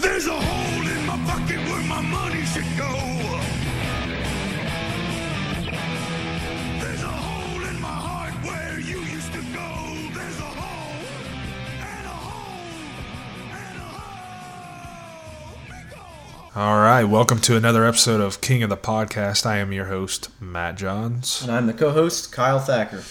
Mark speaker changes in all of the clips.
Speaker 1: There's a hole in my pocket where my money should go. There's a hole in my heart where you used to go. There's a hole and a hole and a hole. Big hole.
Speaker 2: All right, welcome to another episode of King of the Podcast. I am your host, Matt Johns.
Speaker 3: And I'm the co-host, Kyle Thacker.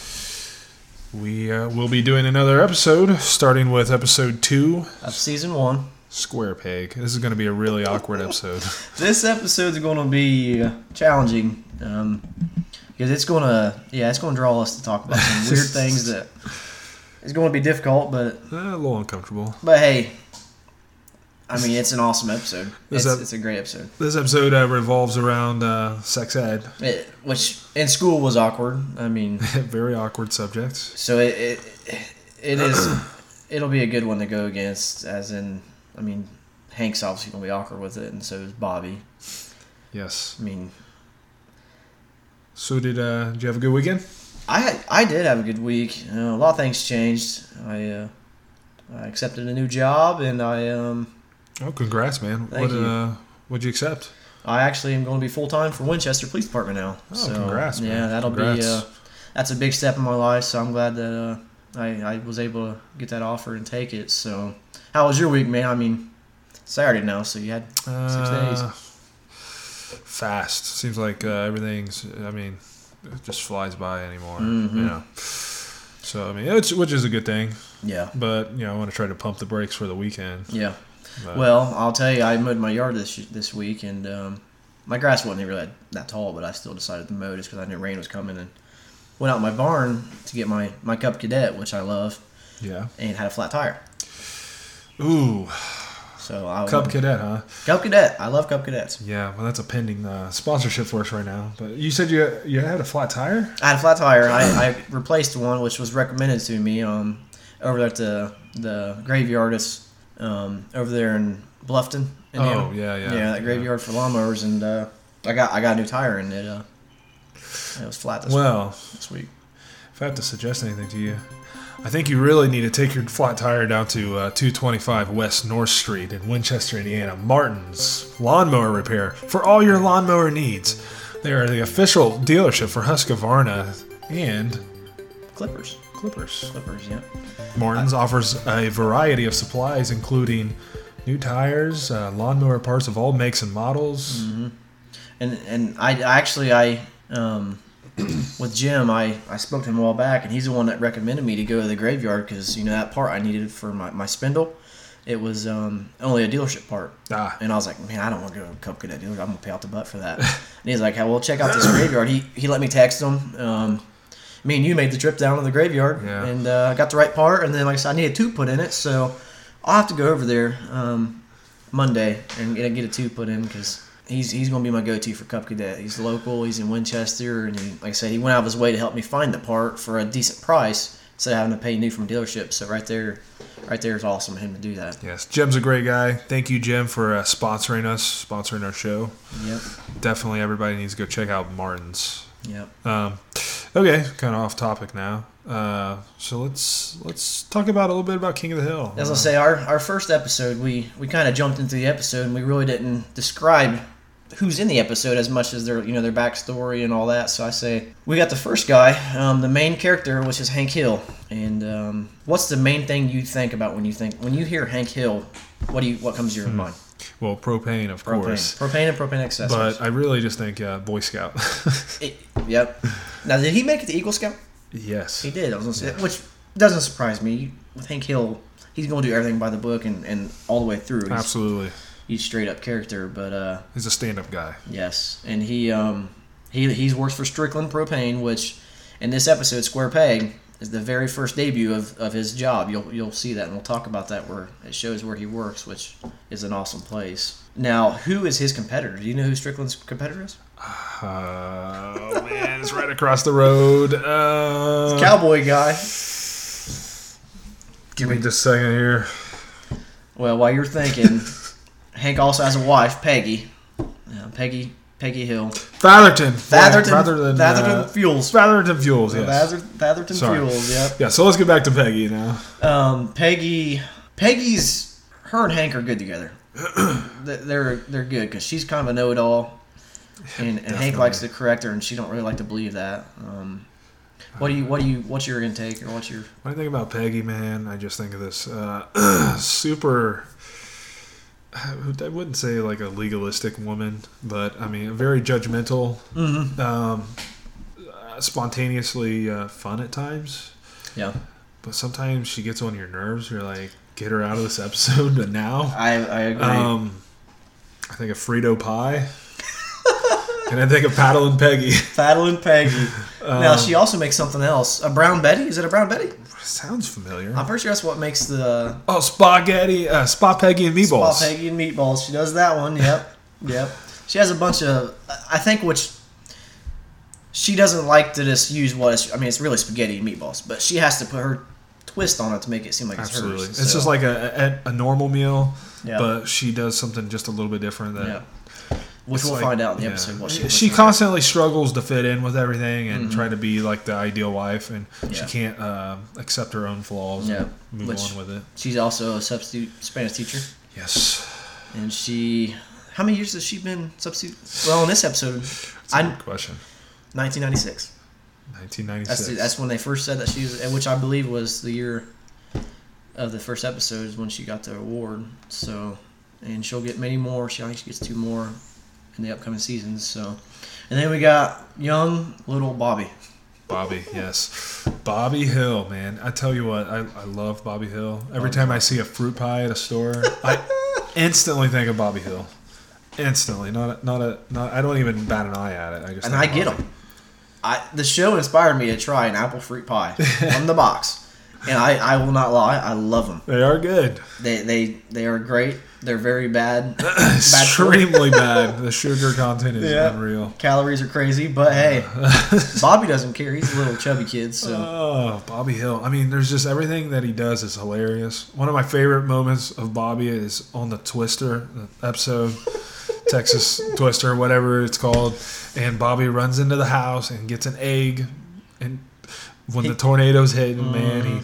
Speaker 2: We uh, will be doing another episode, starting with episode two,
Speaker 3: Of season one.
Speaker 2: Square Peg. This is going to be a really awkward episode.
Speaker 3: This episode's going to be uh, challenging um, because it's going to, yeah, it's going to draw us to talk about some weird things that it's going to be difficult, but
Speaker 2: Eh, a little uncomfortable.
Speaker 3: but hey, I mean, it's an awesome episode.
Speaker 2: This
Speaker 3: It's,
Speaker 2: ep-
Speaker 3: it's a great episode,
Speaker 2: This episode uh, revolves around uh, sex ed,
Speaker 3: It- which in school was awkward. I mean,
Speaker 2: very awkward subject.
Speaker 3: so it it, it is it'll be a good one to go against, as in, I mean, Hank's obviously going to be awkward with it, and so is Bobby.
Speaker 2: Yes.
Speaker 3: I mean,
Speaker 2: So did uh, did you have a good weekend? I
Speaker 3: I I did have a good week. Uh, a lot of things changed. I uh, I accepted a new job, and I um
Speaker 2: oh, congrats, man.
Speaker 3: Thank
Speaker 2: what
Speaker 3: you.
Speaker 2: Uh, what'd you accept?
Speaker 3: I actually am going to be full time for Winchester Police Department now.
Speaker 2: Oh, congrats, man.
Speaker 3: Yeah, that'll
Speaker 2: Congrats.
Speaker 3: be uh, that's a big step in my life. So I'm glad that uh, I I was able to get that offer and take it. So how was your week, man? I mean, Saturday now, so you had
Speaker 2: Uh,
Speaker 3: days.
Speaker 2: Fast. Seems like uh, everything's. I mean, it just flies by anymore. You
Speaker 3: Mhm.
Speaker 2: know. So I mean, it's, which is a good thing,
Speaker 3: yeah
Speaker 2: but you know, I want to try to pump the brakes for the weekend.
Speaker 3: yeah.
Speaker 2: But,
Speaker 3: Well, I'll tell you, I mowed my yard this this week, and um, my grass wasn't really that, that tall, but I still decided to mow just because I knew rain was coming, and went out in my barn to get my my Cub Cadet, which I love,
Speaker 2: yeah.
Speaker 3: and had a flat tire.
Speaker 2: Ooh,
Speaker 3: So I
Speaker 2: Cub Cadet, huh?
Speaker 3: Cub Cadet, I love Cub Cadets.
Speaker 2: Yeah. Well, that's a pending uh, sponsorship for us right now. But you said you you had a flat tire.
Speaker 3: I had a flat tire. I, I replaced one, which was recommended to me um, over at the the graveyardist um, over there in Bluffton. Indiana.
Speaker 2: Oh, yeah, yeah,
Speaker 3: yeah.
Speaker 2: yeah.
Speaker 3: That graveyard for lawnmowers, and uh, I got I got a new tire, and it uh, it was flat this,
Speaker 2: Well,
Speaker 3: this week.
Speaker 2: if I have to suggest anything to you, I think you really need to take your flat tire down to uh, 225 West North Street in Winchester, Indiana. Martin's Lawnmower Repair for all your lawnmower needs. They are the official dealership for Husqvarna and
Speaker 3: Clippers.
Speaker 2: Clippers.
Speaker 3: Clippers, yeah.
Speaker 2: Martin's offers a variety of supplies, including new tires, uh, lawnmower parts of all makes and models.
Speaker 3: And and I I actually I um with Jim I I spoke to him a while back and he's the one that recommended me to go to the graveyard because you know that part I needed for my, my spindle. It was um, only a dealership part,
Speaker 2: Ah.
Speaker 3: and I was like, "Man, I don't want to go to Cup Cadet dealer. I'm gonna pay out the butt for that." and he's like, "Well, check out this graveyard." He he let me text him. Um, me and you made the trip down to the graveyard,
Speaker 2: Yeah.
Speaker 3: and uh, got the right part. And then, like I said, I need a tube put in it, so I'll have to go over there um, Monday and get, get a tube put in because he's he's going to be my go-to for Cup Cadet. He's local. He's in Winchester, and he, like I said, he went out of his way to help me find the part for a decent price instead of having to pay new from dealerships. So right there, right there is awesome of him to do that.
Speaker 2: Yes, Jim's a great guy. Thank you, Jim, for uh, sponsoring us, sponsoring our show.
Speaker 3: Yep,
Speaker 2: Definitely, everybody needs to go check out Martin's.
Speaker 3: yep.
Speaker 2: Um, okay, kind of off topic now. Uh, so let's let's talk about a little bit about King of the Hill.
Speaker 3: As I say, our, our first episode, we, we kind of jumped into the episode and we really didn't describe who's in the episode as much as their you know their backstory and all that. So I say we got the first guy, um, the main character, which is Hank Hill. And um, what's the main thing you think about when you think when you hear Hank Hill? What do you what comes to your mind?
Speaker 2: well, propane, Hmm. of
Speaker 3: Propane,
Speaker 2: course,
Speaker 3: propane, and propane accessories.
Speaker 2: but I really just think uh, Boy Scout.
Speaker 3: It- yep. Now, did he make it to Eagle Scout?
Speaker 2: yes,
Speaker 3: He did. I was gonna say, which doesn't surprise me. With Hank Hill, he's gonna do everything by the book and, and all the way through. He's,
Speaker 2: absolutely.
Speaker 3: he's straight up character, but uh,
Speaker 2: He's a stand-up guy.
Speaker 3: yes, and he um he he's works for Strickland Propane, which in this episode Square Peg is the very first debut of, of his job. You'll you'll see that, and we'll talk about that where it shows where he works, which is an awesome place. Now, who is his competitor? Do you know who Strickland's competitor is?
Speaker 2: Uh, oh man, it's right across the road. Uh,
Speaker 3: Cowboy guy.
Speaker 2: Give me just a second here.
Speaker 3: Well, while you're thinking, Hank also has a wife, Peggy. Uh, Peggy Peggy Hill.
Speaker 2: Fatherton,
Speaker 3: Fatherton,
Speaker 2: rather than
Speaker 3: Fatherton
Speaker 2: uh,
Speaker 3: Fuels.
Speaker 2: Fatherton Fuels. Yes.
Speaker 3: Father, Fatherton
Speaker 2: Sorry.
Speaker 3: Fuels, yep.
Speaker 2: Yeah, so let's get back to Peggy now.
Speaker 3: Um, Peggy Peggy's her and Hank are good together. th- they're they're good because she's kind of a know-it-all, and, and Hank
Speaker 2: Definitely.
Speaker 3: likes to correct her, and she don't really like to believe that. Um, what do you what do you what's your intake or what's your
Speaker 2: When I think about Peggy, man, I just think of this uh, super. I wouldn't say like a legalistic woman, but I mean, very judgmental, um, uh, spontaneously uh, fun at times.
Speaker 3: yeah?
Speaker 2: But sometimes she gets on your nerves. You're like, get her out of this episode now.
Speaker 3: I I agree.
Speaker 2: Um, I think of Frito Pie, and I think of Paddle and Peggy.
Speaker 3: Faddle and Peggy.
Speaker 2: um,
Speaker 3: now she also makes something else. A brown Betty? Is it a brown Betty?
Speaker 2: Sounds familiar.
Speaker 3: I'm pretty sure that's what makes the
Speaker 2: Oh, spaghetti, uh, spa Peggy and meatballs.
Speaker 3: Spot Peggy and meatballs. She does that one. Yep, yep. She has a bunch of. I think which she doesn't like to just use what is. I mean, it's really spaghetti and meatballs, but she has to put her twist on it to make it seem like it's
Speaker 2: Absolutely,
Speaker 3: hers.
Speaker 2: it's
Speaker 3: so-
Speaker 2: just like a, a a normal meal,
Speaker 3: Yeah.
Speaker 2: but she does something just a little bit different. That
Speaker 3: yeah. Which
Speaker 2: it's
Speaker 3: we'll
Speaker 2: like-
Speaker 3: find out in the
Speaker 2: yeah.
Speaker 3: episode. What she
Speaker 2: she,
Speaker 3: looks like. Mm-hmm.
Speaker 2: constantly struggles to fit in with everything and try to be like the ideal wife, and she
Speaker 3: Yeah.
Speaker 2: can't uh, accept her own flaws.
Speaker 3: Yeah.
Speaker 2: and move
Speaker 3: Which-
Speaker 2: on with it.
Speaker 3: She's also a substitute Spanish teacher,
Speaker 2: Yes,
Speaker 3: and she. How many years has she been substitute? Well, in this episode, I
Speaker 2: good question.
Speaker 3: 1996.
Speaker 2: Nineteen
Speaker 3: That's
Speaker 2: ninety-six.
Speaker 3: the, that's when they first said that she was, and which I believe was the year of the first episode is when she got the award. So, and she'll get many more. She I think she gets two more in the upcoming seasons. So, and then we got young little Bobby.
Speaker 2: Bobby, yes, Bobby Hill, man. I tell you what, I, I love Bobby Hill. Every time I see a fruit pie at a store, I instantly think of Bobby Hill. Instantly, not a, not a not. I don't even bat an eye at it. I just
Speaker 3: And I
Speaker 2: think
Speaker 3: get
Speaker 2: Bobby.
Speaker 3: them. I the show inspired me to try an apple fruit pie from the box, and I, I will not lie, I love them.
Speaker 2: They are good.
Speaker 3: They they they are great. They're very bad. Bad for you.
Speaker 2: Extremely bad. The sugar content is
Speaker 3: Yeah.
Speaker 2: unreal.
Speaker 3: Calories are crazy, but hey, Bobby doesn't care. He's a little chubby kid, so.
Speaker 2: Oh, Bobby Hill. I mean, there's just everything that he does is hilarious. One of my favorite moments of Bobby is on the Twister episode, Texas Twister, whatever it's called. And Bobby runs into the house and gets an egg. And when the tornadoes hit, and man, he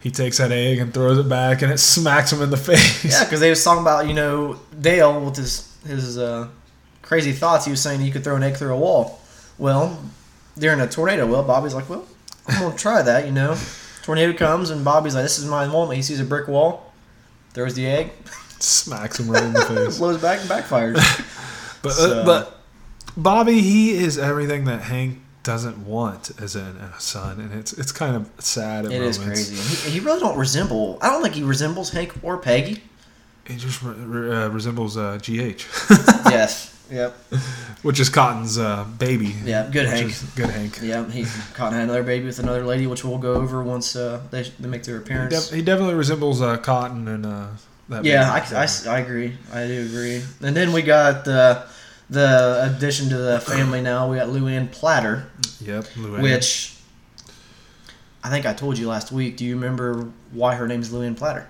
Speaker 2: he takes that egg and throws it back, and it smacks him in the face.
Speaker 3: Yeah, because they was talking about you know Dale with his his uh, crazy thoughts. He was saying you could throw an egg through a wall. Well, during a tornado, well, Bobby's like, well, I'm gonna try that. You know, tornado comes and Bobby's like, this is my moment. He sees a brick wall, throws the egg,
Speaker 2: Smacks him right in the face.
Speaker 3: blows back and backfires.
Speaker 2: But,
Speaker 3: So-
Speaker 2: uh, but Bobby, he is everything that Hank doesn't want as in a son, and it's it's kind of sad. At
Speaker 3: It is
Speaker 2: moments.
Speaker 3: crazy. And He, he really don't resemble. I don't think he resembles Hank or Peggy.
Speaker 2: It just re- re- uh, resembles uh, GH,
Speaker 3: yes. Yep.
Speaker 2: which is Cotton's uh, baby.
Speaker 3: Yeah, good
Speaker 2: which
Speaker 3: Hank.
Speaker 2: is Good Hank.
Speaker 3: Yeah, he caught another baby with another lady, which we'll go over once uh, they, they make their
Speaker 2: He,
Speaker 3: appearance.
Speaker 2: def- he definitely resembles uh, Cotton and uh, that.
Speaker 3: Yeah, I,
Speaker 2: baby.
Speaker 3: I s- I agree. I do agree. And then we got the the addition to the family now. We got Luann Platter,
Speaker 2: Yep. Luann.
Speaker 3: which I think I told you last week. Do you remember why her name's Luann Platter?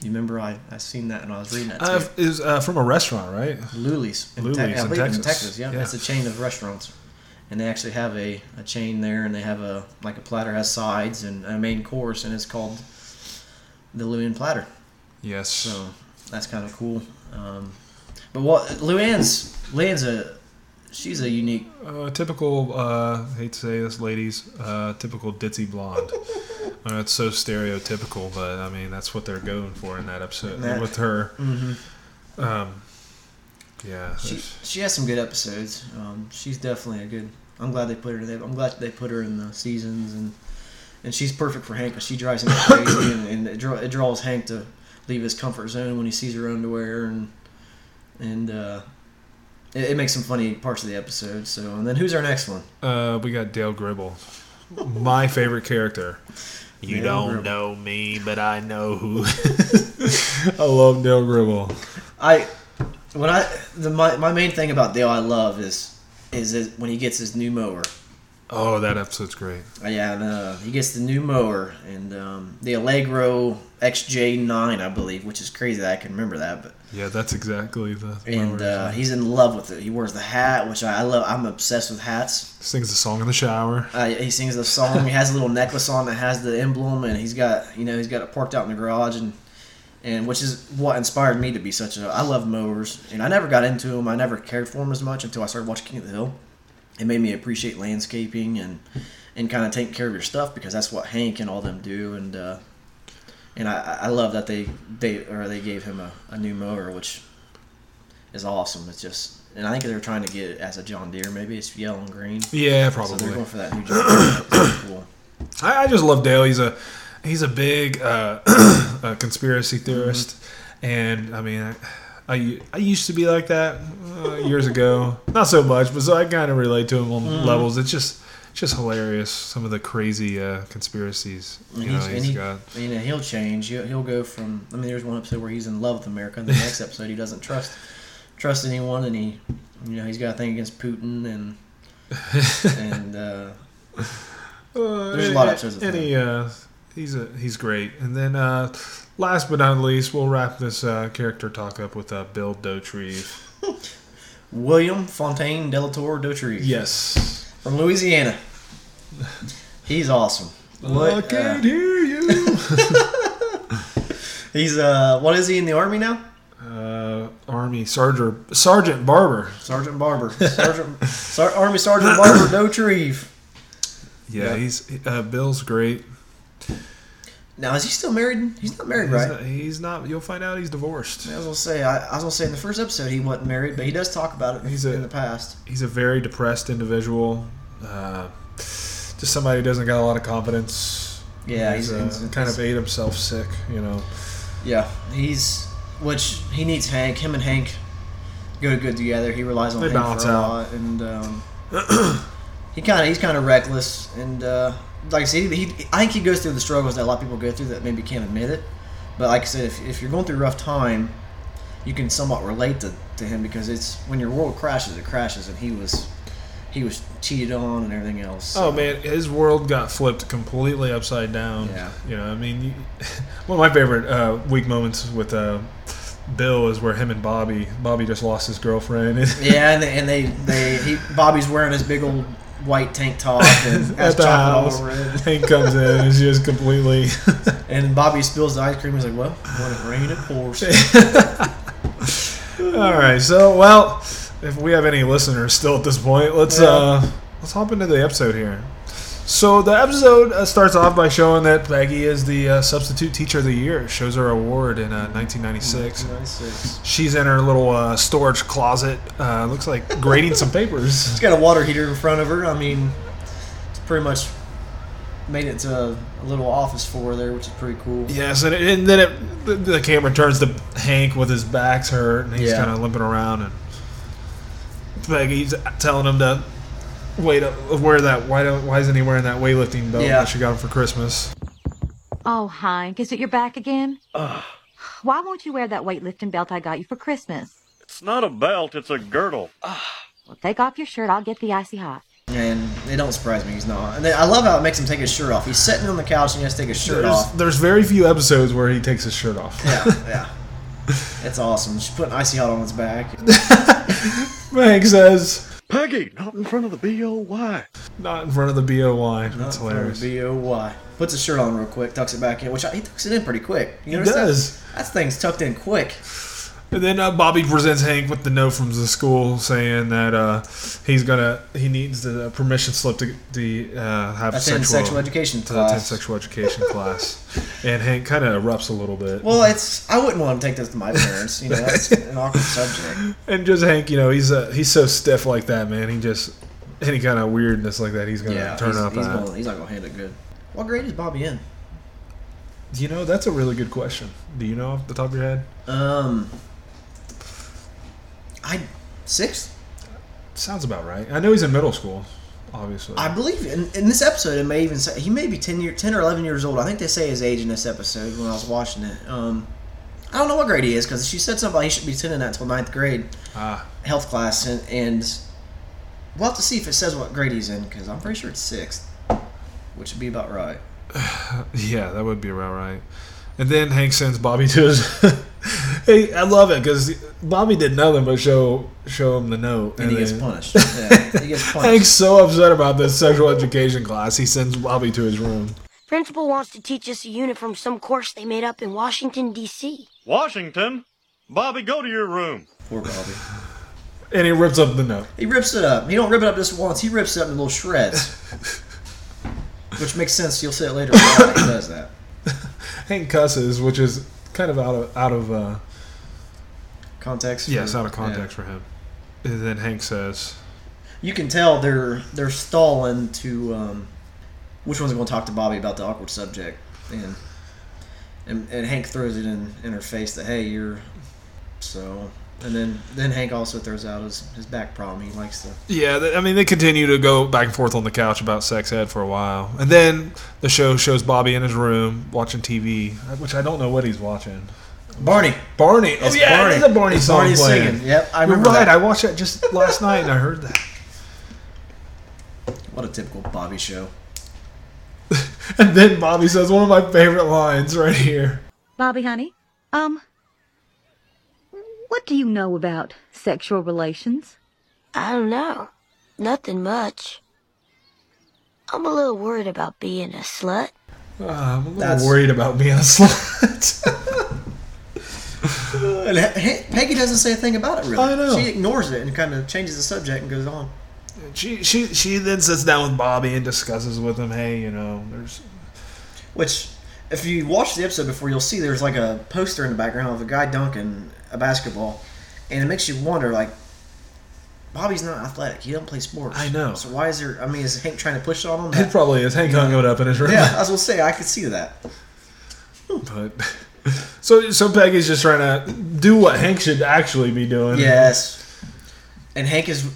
Speaker 3: You remember I, I seen that and I was reading that too.
Speaker 2: uh, is uh, from a restaurant, right?
Speaker 3: Luli's in,
Speaker 2: Luli's
Speaker 3: Te- I
Speaker 2: in
Speaker 3: believe it's in
Speaker 2: Texas.
Speaker 3: Texas. Yeah.
Speaker 2: Yeah.
Speaker 3: it's a chain of restaurants, and they actually have a, a chain there, and they have a like a platter has sides and a main course, and it's called the Luann Platter.
Speaker 2: Yes.
Speaker 3: So that's kind of cool. Um, but what Luann's Luann's a she's a unique.
Speaker 2: Uh, typical, uh, hate to say this, ladies, uh, typical ditzy blonde. I know it's so stereotypical, but I mean, that's what they're going for in that episode
Speaker 3: That-
Speaker 2: with her. Um, yeah.
Speaker 3: She
Speaker 2: there's-
Speaker 3: she has some good episodes. Um, she's definitely a good. I'm glad they put her. They, I'm glad they put her in the seasons and and she's perfect for Hank because she drives him crazy and, and it, draw, it draws Hank to leave his comfort zone when he sees her underwear and and uh, it, it makes some funny parts of the episode. So and then who's our next one?
Speaker 2: uh, we got Dale Gribble, my favorite character. You
Speaker 3: Dale
Speaker 2: don't
Speaker 3: Gribble.
Speaker 2: know me, but I know who. I love Dale Gribble.
Speaker 3: I when I the my, my main thing about Dale I love is is that when he gets his new mower.
Speaker 2: Oh, that episode's great.
Speaker 3: Uh, Yeah, and, uh, he gets the new mower and um, the Allegro XJ9, I believe, which is crazy that I can remember that. But
Speaker 2: Yeah, that's exactly the.
Speaker 3: and uh,
Speaker 2: he
Speaker 3: he's in love with it. He wears the hat, which I, I love. I'm obsessed with hats.
Speaker 2: sings the song in the shower.
Speaker 3: Uh, he sings the song. He has a little necklace on that has the emblem, and he's got you know he's got it parked out in the garage, and and which is what inspired me to be such a. I love mowers, and I never got into them. I never cared for them as much until I started watching King of the Hill. It made me appreciate landscaping and and kind of taking care of your stuff because that's what Hank and all them do. And uh, and I, I love that they they or they gave him a, a new mower, which is awesome. It's just and I think they're trying to get it as a John Deere. Maybe it's yellow and green.
Speaker 2: Yeah,
Speaker 3: So they're
Speaker 2: probably.
Speaker 3: going for that new John Deere. It's really cool.
Speaker 2: I, I just love Dale. He's a he's a big uh, a
Speaker 3: Mm-hmm.
Speaker 2: conspiracy theorist, and I mean, I, I I used to be like that uh, years ago. Not so much, but so I kind of relate to him on
Speaker 3: Mm-hmm.
Speaker 2: levels. It's just it's just hilarious. Some of the crazy uh, conspiracies you know
Speaker 3: he's- and
Speaker 2: he's
Speaker 3: he-
Speaker 2: got.
Speaker 3: You know, he'll change. He'll, he'll go from. I mean, there's one episode where he's in love with America, and the next episode he doesn't trust trust anyone, and he, you know, he's got a thing against Putin, and and uh,
Speaker 2: Uh,
Speaker 3: There's a lot of episodes of
Speaker 2: And he, uh, he's a, he's great. And then uh, last but not least, we'll wrap this uh, character talk up with uh, Bill Dotrieve.
Speaker 3: William Fontaine Delator Dotry
Speaker 2: Yes.
Speaker 3: from Louisiana. He's awesome. What,
Speaker 2: I
Speaker 3: uh,
Speaker 2: can't hear you.
Speaker 3: he's uh, what is he in the army now?
Speaker 2: uh, Army Sergeant Sergeant Barber.
Speaker 3: Sergeant Barber, Sergeant Ser- Army Sergeant Barber Dotrieve.
Speaker 2: Yeah,
Speaker 3: Yeah.
Speaker 2: he's uh, Bill's great.
Speaker 3: Now is he still married? He's not married,
Speaker 2: He's,
Speaker 3: right?
Speaker 2: not, he's not. You'll find out he's divorced.
Speaker 3: I was gonna say, I, I was gonna say in the first episode he wasn't married, but he does talk about it
Speaker 2: He's a-
Speaker 3: in the past.
Speaker 2: He's a very depressed individual. Uh, just somebody who doesn't got a lot of confidence.
Speaker 3: Yeah,
Speaker 2: he's,
Speaker 3: he's,
Speaker 2: uh,
Speaker 3: he's-
Speaker 2: kind of ate himself sick. You know.
Speaker 3: yeah. He's which he needs Hank. Him and Hank go good together. He relies on
Speaker 2: They
Speaker 3: Hank for
Speaker 2: balance
Speaker 3: a
Speaker 2: out.
Speaker 3: lot, and um, he kind of he's kind of reckless. And uh, like I said, he, he I think he goes through the struggles that a lot of people go through that maybe can't admit it. But like I said, if, if you're going through a rough time, you can somewhat relate to, to him because it's when your world crashes, it crashes, and he was he was cheated on and everything else.
Speaker 2: Oh man, his world got flipped completely upside down.
Speaker 3: Yeah.
Speaker 2: You know, I mean, you, one of my favorite uh, weak moments with uh, Bill is where him and Bobby, Bobby just lost his girlfriend. And
Speaker 3: Yeah, and they, and they, they he, Bobby's wearing his big old white tank top and has
Speaker 2: at the
Speaker 3: chocolate
Speaker 2: house,
Speaker 3: all over it.
Speaker 2: Hank comes in and is just completely.
Speaker 3: And Bobby spills the ice cream. He's like, "Well, when it rained, it pours."
Speaker 2: All right, so well, if we have any listeners still at this point, let's
Speaker 3: Yeah.
Speaker 2: uh, let's hop into the episode here. So the episode uh, starts off by showing that Peggy is the uh, substitute teacher of the year. It shows her award in uh, 1996.
Speaker 3: Mm-hmm. He's
Speaker 2: She's in her little uh, storage closet. Uh, looks like grading some papers.
Speaker 3: got a water heater in front of her. I mean, it's pretty much made it to a little office for her there, which is pretty cool.
Speaker 2: Yes, and, and then it, the, the camera turns to Hank with his back's hurt, and he's
Speaker 3: Yeah.
Speaker 2: kind of limping around, and Peggy's telling him to wait up, wear that. Why don't? Why isn't he wearing that weightlifting belt
Speaker 3: Yeah.
Speaker 2: that she got him for Christmas?
Speaker 4: Oh, Hank, is it your back again? Why won't you wear that weightlifting belt I got you for Christmas?
Speaker 5: It's not a belt, it's a girdle.
Speaker 4: Well, take off your shirt. I'll get the icy hot.
Speaker 3: And it don't surprise me he's not. And then I love how it makes him take his shirt off. He's sitting on the couch and he has to take his shirt
Speaker 2: There's,
Speaker 3: off.
Speaker 2: there's very few episodes where he takes his shirt off.
Speaker 3: Yeah, yeah. It's awesome. She's putting icy hot on his back.
Speaker 2: Hank says,
Speaker 5: Peggy, not in front of the B.O.Y.
Speaker 2: "Not in front of the BOY." That's
Speaker 3: Not from
Speaker 2: hilarious.
Speaker 3: B O Y. Puts his shirt on real quick, tucks it back in, which I, he tucks it in pretty quick. You notice that?
Speaker 2: does.
Speaker 3: That thing's tucked in quick.
Speaker 2: And then uh, Bobby presents Hank with the note from the school saying that uh, he's gonna he needs the uh, permission slip to, to uh, have
Speaker 3: That's
Speaker 2: sexual,
Speaker 3: in sexual education
Speaker 2: to attend
Speaker 3: class.
Speaker 2: sexual education class. And Hank kind of erupts a little bit.
Speaker 3: Well, it's I wouldn't want to take this to my parents. You know, that's an awkward subject.
Speaker 2: and just Hank, you know, he's uh, he's so stiff like that, man. He just any kind of weirdness like that, he's gonna
Speaker 3: Yeah,
Speaker 2: turn
Speaker 3: he's,
Speaker 2: up.
Speaker 3: he's,
Speaker 2: at.
Speaker 3: gonna, he's not gonna handle it good. What grade is Bobby in?
Speaker 2: You know, that's a really good question. Do you know off the top of your head?
Speaker 3: Um, I sixth.
Speaker 2: Sounds about right. I know he's in middle school, obviously.
Speaker 3: I believe in, in this episode, it may even say he may be ten year, ten or eleven years old. I think they say his age in this episode when I was watching it. Um, I don't know what grade he is because she said something about he should be attending that until ninth grade
Speaker 2: Ah.
Speaker 3: health class, and, and we'll have to see if it says what grade he's in because I'm pretty sure it's sixth, which would be about right.
Speaker 2: Yeah, that would be about right. And then Hank sends Bobby to his. hey, I love it because Bobby did nothing but show show him the note,
Speaker 3: And, he gets
Speaker 2: then
Speaker 3: punished. yeah, he gets punished.
Speaker 2: Hank's so upset about this sexual education class, he sends Bobby to his room.
Speaker 6: Principal wants to teach us a unit from some course they made up in Washington, D.C.
Speaker 5: Washington? Bobby, go to your room.
Speaker 3: Poor Bobby.
Speaker 2: And he rips up the note.
Speaker 3: He rips it up. He don't rip it up just once. He rips it up in little shreds. Which makes sense. You'll see it later. Why he does that?
Speaker 2: Hank cusses, which is kind of out of out of uh,
Speaker 3: Context.
Speaker 2: yes,
Speaker 3: for-
Speaker 2: out of context for him. And then Hank says,
Speaker 3: yeah. You can tell they're they're stalling to um, which one's going to talk to Bobby about the awkward subject, and and, and Hank throws it in, in her face that hey you're so, and then then Hank also throws out his, his back problem. He likes to
Speaker 2: "Yeah, th- I mean they continue to go back and forth on the couch about sex ed for a while, and then the show shows Bobby in his room watching TV, which I don't know what he's watching.
Speaker 3: Barney.
Speaker 2: Barney, oh
Speaker 3: It's
Speaker 2: yeah,
Speaker 3: Barney.
Speaker 2: there's a Barney
Speaker 3: It's
Speaker 2: song
Speaker 3: Barney
Speaker 2: playing.
Speaker 3: singing. Yep, I
Speaker 2: You're
Speaker 3: remember
Speaker 2: right.
Speaker 3: that.
Speaker 2: I watched that just last night and I heard that.
Speaker 3: What a typical Bobby show.
Speaker 2: And then Bobby says one of my favorite lines right here.
Speaker 4: Bobby, honey, um, what do you know about sexual relations?
Speaker 6: I don't know. Nothing much. I'm a little worried about being a slut.
Speaker 2: Uh, I'm a little
Speaker 3: That's-
Speaker 2: worried about being a slut.
Speaker 3: And H- Peggy doesn't say a thing about it really.
Speaker 2: I know.
Speaker 3: She ignores it and kind of changes the subject and goes on.
Speaker 2: she she she then sits down with Bobby and discusses with him. Hey, you know, there's
Speaker 3: Which, if you watch the episode before, you'll see there's like a poster in the background of a guy dunking a basketball, and it makes you wonder like, Bobby's not athletic. He do not play sports.
Speaker 2: I know.
Speaker 3: So why is there? I mean, is Hank trying to push it on
Speaker 2: it
Speaker 3: him?
Speaker 2: probably is Hank hung it up in his room.
Speaker 3: yeah, I was gonna say I could see that.
Speaker 2: but so so Peggy's just trying to do what Hank should actually be doing.
Speaker 3: Yes. And Hank is.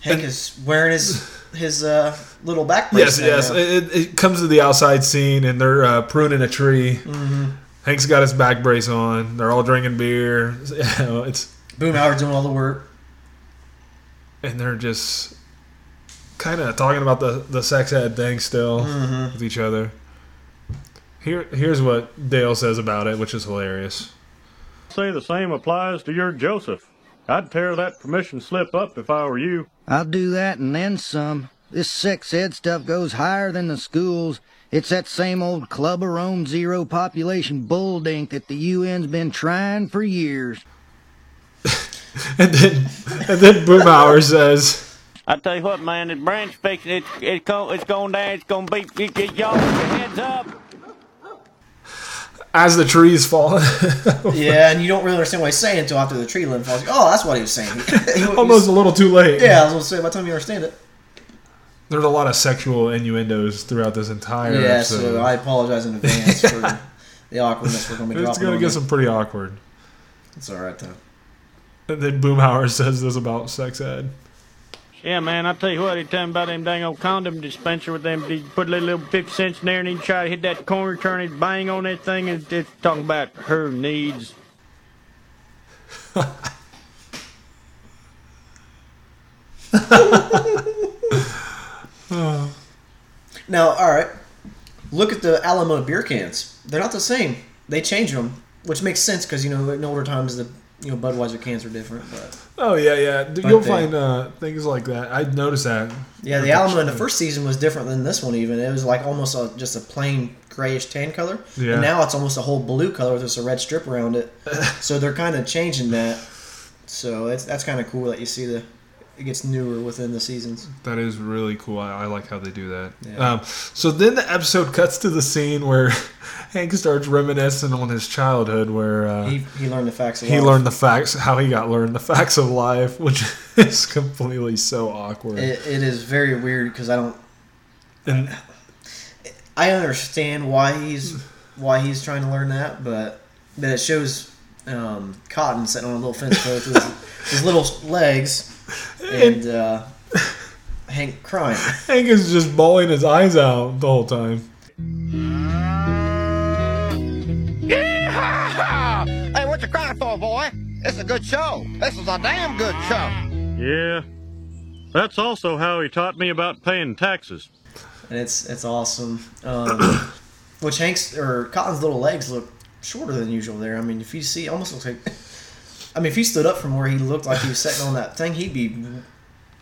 Speaker 3: Hank is wearing his his uh, little backpack.
Speaker 2: Yes,
Speaker 3: now.
Speaker 2: yes. It, it- it comes to the outside scene, and they're uh, pruning a tree. Hank's got his back brace on. They're all drinking beer. it's
Speaker 3: Boom Howard's doing all the work.
Speaker 2: and they're just kind of talking about the the sex ed thing still
Speaker 3: Mm-hmm.
Speaker 2: with each other. Here, here's what Dale says about it, which is hilarious.
Speaker 5: Say the same applies to your Joseph. I'd tear that permission slip up if I were you.
Speaker 7: I'll do that and then some. This sex ed stuff goes higher than the schools. It's that same old Club of Rome zero population bull dink that the UN's been trying for years.
Speaker 2: And then, and then Boomhauer says,
Speaker 8: I tell you what, man, the brain speaking, it's it's go, it's going down, it's going to be, get y'all your heads up.
Speaker 2: as the trees fall,
Speaker 3: Yeah, and you don't really understand what he's saying until after the tree limb falls. Oh, that's what he was saying. He- he-
Speaker 2: almost a little too late.
Speaker 3: Yeah, I was gonna say. By the time you understand it.
Speaker 2: There's a lot of sexual innuendos throughout this entire
Speaker 3: Yeah,
Speaker 2: episode.
Speaker 3: so I apologize in advance for the awkwardness we're gonna be dropping.
Speaker 2: it's gonna
Speaker 3: on
Speaker 2: get
Speaker 3: you.
Speaker 2: some pretty awkward.
Speaker 3: It's all right though.
Speaker 2: And then Boomhauer says this about sex ed.
Speaker 8: Yeah, man, I tell you what, he tell me about them dang old condom dispenser with them, he put a little, little 50 cents in there and he try to hit that corner, turn it, bang on that thing, and it's talking about her needs.
Speaker 3: Now, all right. Look at the Alamo beer cans. They're not the same. They change them, which makes sense because you know in older times the you know Budweiser cans were different. But
Speaker 2: Oh yeah, yeah. D- You'll
Speaker 3: they-
Speaker 2: find uh, things like that. I noticed that.
Speaker 3: yeah, the Alamo in the first season was different than this one. Even it was like almost a, just a plain grayish tan color.
Speaker 2: Yeah.
Speaker 3: And now it's almost a whole blue color with just a red strip around it. so they're kind of changing that. So it's, that's kind of cool that you see the it gets newer within the seasons.
Speaker 2: That is really cool. I, I like how they do that. Um, so then the episode cuts to the scene where Hank starts reminiscing on his childhood, where uh,
Speaker 3: He,
Speaker 2: he,
Speaker 3: he learned the facts. Of life.
Speaker 2: learned the facts, how he got learned the facts of life, which is completely so awkward.
Speaker 3: It, it is very weird because I don't.
Speaker 2: and
Speaker 3: I understand why he's why he's trying to learn that, but but it shows um, Cotton sitting on a little fence post with his, his little legs and uh, Hank crying.
Speaker 2: Hank is just bawling his eyes out the whole time.
Speaker 9: Hey, what you crying for, boy? It's a good show. This is a damn good show.
Speaker 5: Yeah. That's also how he taught me about paying taxes.
Speaker 3: and it's it's awesome. Um, which Hank's or Cotton's little legs look shorter than usual there. I mean, if you see, almost looks like. I mean, if he stood up from where he looked like he was sitting on that thing, he'd be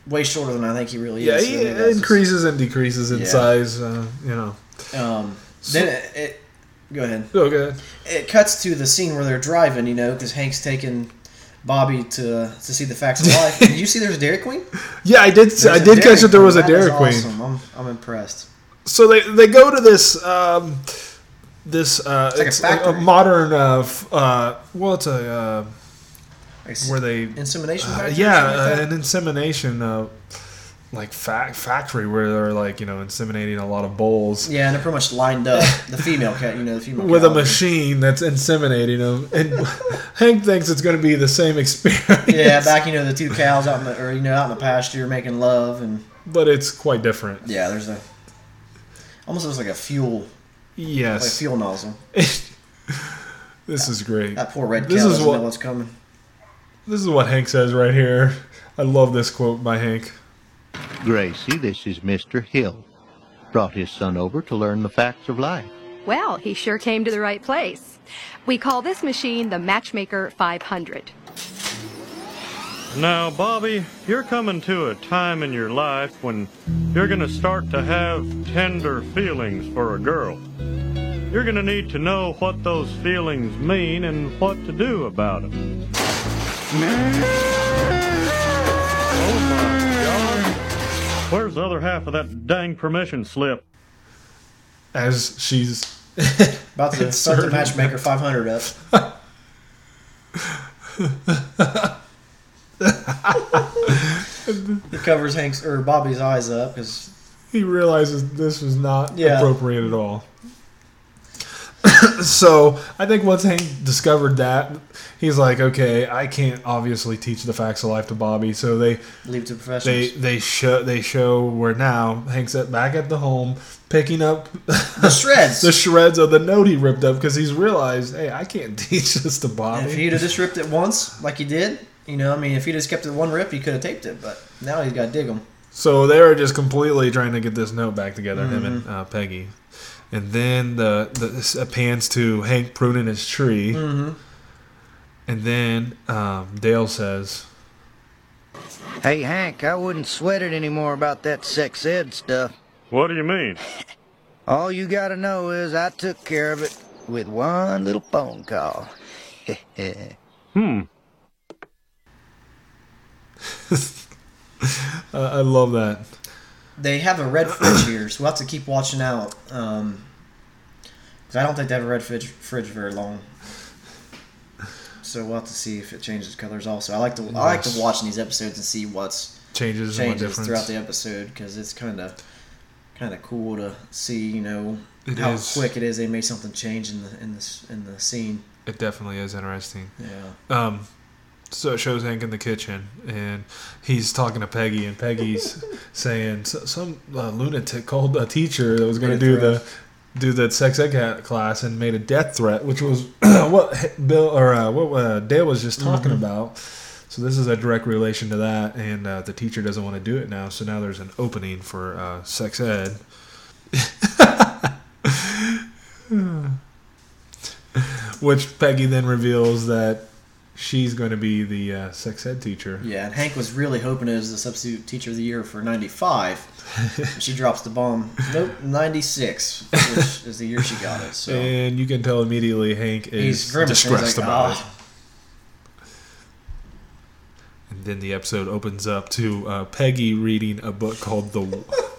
Speaker 3: way shorter than I think he really
Speaker 2: Yeah,
Speaker 3: is.
Speaker 2: he
Speaker 3: So, I mean, that's just-
Speaker 2: increases and decreases in
Speaker 3: Yeah.
Speaker 2: size. Uh, you know,
Speaker 3: Um, then it, it, go ahead.
Speaker 2: Oh, good.
Speaker 3: It cuts to the scene where they're driving, you know, because Hank's taking Bobby to to see the facts of life. Did you see there's a Dairy Queen?
Speaker 2: Yeah, I did.
Speaker 3: There's
Speaker 2: I
Speaker 3: a
Speaker 2: did
Speaker 3: Dairy
Speaker 2: catch that there was a
Speaker 3: That is
Speaker 2: Dairy Queen.
Speaker 3: awesome. I'm, I'm impressed.
Speaker 2: So they they go to this um, this uh,
Speaker 3: like a
Speaker 2: it's a,
Speaker 3: factory.
Speaker 2: a modern uh, f- uh, well, it's a uh,
Speaker 3: Like,
Speaker 2: where they
Speaker 3: insemination?
Speaker 2: Uh,
Speaker 3: factory or
Speaker 2: yeah,
Speaker 3: something like
Speaker 2: uh,
Speaker 3: that?
Speaker 2: an insemination, uh, like fa- factory where they're like you know inseminating a lot of bulls
Speaker 3: yeah, and they're pretty much lined up. The female cat, you know, the female
Speaker 2: with a
Speaker 3: cow.
Speaker 2: machine that's inseminating them. And Hank thinks it's going to be the same experience,
Speaker 3: Yeah, back you know the two cows out in the or you know out in the pasture making love and
Speaker 2: but it's quite different.
Speaker 3: yeah, there's a almost looks like a fuel like
Speaker 2: Yes,
Speaker 3: fuel nozzle.
Speaker 2: this is great.
Speaker 3: That poor red cow
Speaker 2: This is
Speaker 3: doesn't
Speaker 2: what-
Speaker 3: know what's coming.
Speaker 2: This is what Hank says right here. I love this quote by Hank.
Speaker 10: Gracie, this is Mr. Hill. Brought his son over to learn the facts of life.
Speaker 11: Well, he sure came to the right place. We call this machine the Matchmaker 500.
Speaker 5: Now, Bobby, you're coming to a time in your life when you're going to start to have tender feelings for a girl. You're going to need to know what those feelings mean and what to do about them. Oh my God. Where's the other half of that dang permission slip?
Speaker 2: As she's
Speaker 3: About to start the
Speaker 2: Inserted.
Speaker 3: matchmaker 500 up. he covers Hank's or Bobby's eyes up because
Speaker 2: he realizes this was not
Speaker 3: Yeah.
Speaker 2: appropriate at all. so I think once Hank discovered that, he's like, okay, I can't obviously teach the facts of life to Bobby. So they
Speaker 3: leave it to
Speaker 2: they
Speaker 3: professionals.
Speaker 2: they show they show where now Hank's at back at the home picking up
Speaker 3: the shreds.
Speaker 2: the shreds of the note he ripped up because he's realized, hey, I can't teach this to
Speaker 3: And if
Speaker 2: Bobby.
Speaker 3: he'd have just ripped it once, like he did, you know, I mean, if he'd just kept it one rip, he could have taped it. But now he's got to dig them.
Speaker 2: So they were just completely trying to get this note back together, him and
Speaker 3: Mm-hmm.
Speaker 2: uh, Peggy. And then the, the this, uh, pans to Hank pruning his tree.
Speaker 3: Mm-hmm.
Speaker 2: And then um, Dale says,
Speaker 7: Hey, Hank, I wouldn't sweat it anymore about that sex ed stuff.
Speaker 5: What do you mean?
Speaker 7: All you gotta know is I took care of it with one little phone call.
Speaker 2: I, I love that.
Speaker 3: They have a red fridge here, so we'll have to keep watching out. Um 'cause I don't think they have a red fridge, fridge very long. So we'll have to see if it changes colors. Also, I like to I like to watch these episodes and see what's
Speaker 2: Changes, and what
Speaker 3: changes
Speaker 2: difference.
Speaker 3: throughout the episode because it's kind of kind of cool to see you know
Speaker 2: It
Speaker 3: how
Speaker 2: is.
Speaker 3: quick it is they made something change in the in this in the scene.
Speaker 2: it definitely is interesting.
Speaker 3: Yeah.
Speaker 2: Um, so it shows Hank in the kitchen, and he's talking to Peggy, and Peggy's saying "S- some uh, lunatic called a teacher that was going to
Speaker 3: Made a
Speaker 2: do
Speaker 3: threat.
Speaker 2: the do the sex ed ca- class and made a death threat, which was what H- Bill or uh, what uh, Dale was just talking
Speaker 3: Mm-hmm.
Speaker 2: about. So this is a direct relation to that, and uh, the teacher doesn't want to do it now. So now there's an opening for uh, sex ed. Which Peggy then reveals that she's going to be the uh, sex ed teacher.
Speaker 3: Yeah, and Hank was really hoping it was the substitute teacher of the year for '95. she drops the bomb. Nope, '96, which is the year she got it. So
Speaker 2: And you can tell immediately Hank
Speaker 3: he's
Speaker 2: is
Speaker 3: grimacing. He's
Speaker 2: distressed
Speaker 3: like,
Speaker 2: about
Speaker 3: "Ah."
Speaker 2: it. And then the episode opens up to uh, Peggy reading a book called the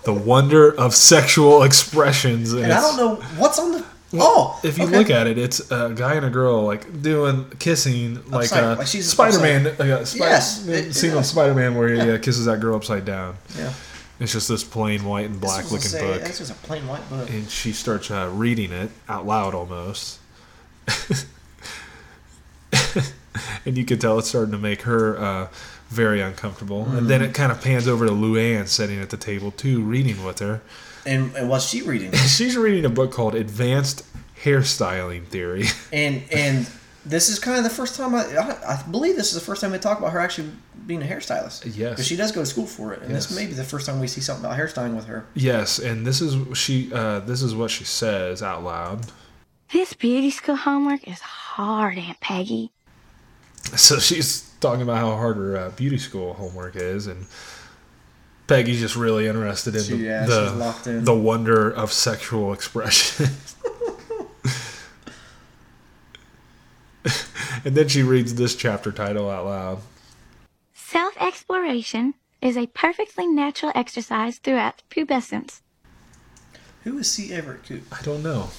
Speaker 2: The Wonder of Sexual Expressions.
Speaker 3: And I
Speaker 2: it's-
Speaker 3: don't know what's on the. Oh,
Speaker 2: If you
Speaker 3: okay.
Speaker 2: look at it, it's a guy and a girl like doing kissing, like,
Speaker 3: Upside-
Speaker 2: uh,
Speaker 3: like she's
Speaker 2: Spider-Man. Like a Spi-
Speaker 3: Yes, it-
Speaker 2: scene
Speaker 3: yeah.
Speaker 2: on Spider-Man where he uh, kisses that girl upside down.
Speaker 3: yeah,
Speaker 2: It's just this plain white and black
Speaker 3: That's what I was
Speaker 2: looking
Speaker 3: gonna say,
Speaker 2: book.
Speaker 3: That's just a plain white book.
Speaker 2: and she starts uh, reading it out loud almost. and you can tell it's starting to make her uh, very uncomfortable. And
Speaker 3: Mm-hmm.
Speaker 2: then it kind of pans over to Luann sitting at the table too, reading with her.
Speaker 3: And, and what's she reading?
Speaker 2: She's reading a book called Advanced Hairstyling Theory.
Speaker 3: and and this is kind of the first time I, I, I believe this is the first time they talk about her actually being a hairstylist.
Speaker 2: Yes.
Speaker 3: because she does go to school for it, and
Speaker 2: Yes.
Speaker 3: this may be the first time we see something about hairstyling with her.
Speaker 2: yes, and this is she. Uh, this is what she says out loud.
Speaker 6: This beauty school homework is hard, Aunt Peggy.
Speaker 2: So she's talking about how hard her uh, beauty school homework is, and Peggy's just really interested in
Speaker 3: She-
Speaker 2: the
Speaker 3: yeah, she's locked
Speaker 2: the,
Speaker 3: in.
Speaker 2: the wonder of sexual expression. and then she reads this chapter title out loud.
Speaker 12: Self exploration is a perfectly natural exercise throughout pubescence.
Speaker 3: Who is C. Everett Koop?
Speaker 2: I don't know.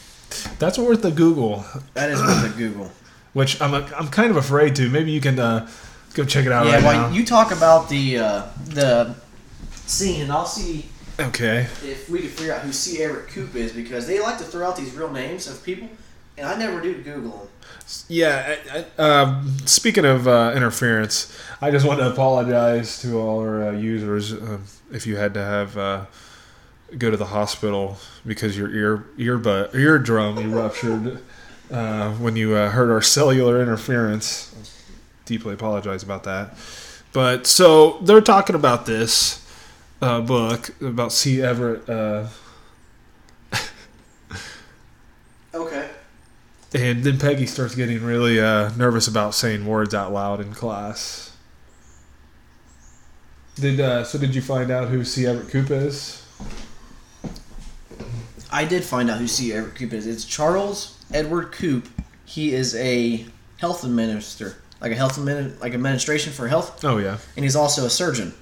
Speaker 2: That's worth the Google.
Speaker 3: That is worth a Google.
Speaker 2: Which I'm I'm kind of afraid to. Maybe you can uh, go check it out
Speaker 3: yeah,
Speaker 2: right
Speaker 3: well,
Speaker 2: now.
Speaker 3: you talk about the uh, the scene, and I'll see
Speaker 2: okay.
Speaker 3: if we can figure out who C. Everett Koop is because they like to throw out these real names of people, and I never do Google them.
Speaker 2: Yeah. I, I, um, speaking of uh, interference, I just want to apologize to all our uh, users um, if you had to have uh, go to the hospital because your ear earbud eardrum ruptured uh, when you uh, heard our cellular interference. Deeply apologize about that. But so they're talking about this uh, book about C. Everett. Uh,
Speaker 3: Okay.
Speaker 2: And then Peggy starts getting really uh, nervous about saying words out loud in class. Did uh, so? Did you find out who C. Everett Koop is?
Speaker 3: I did find out who C. Edward Koop is. It's Charles Edward Koop. He is a health administrator, like a health admin, like administration for health,
Speaker 2: Oh yeah.
Speaker 3: and he's also a surgeon.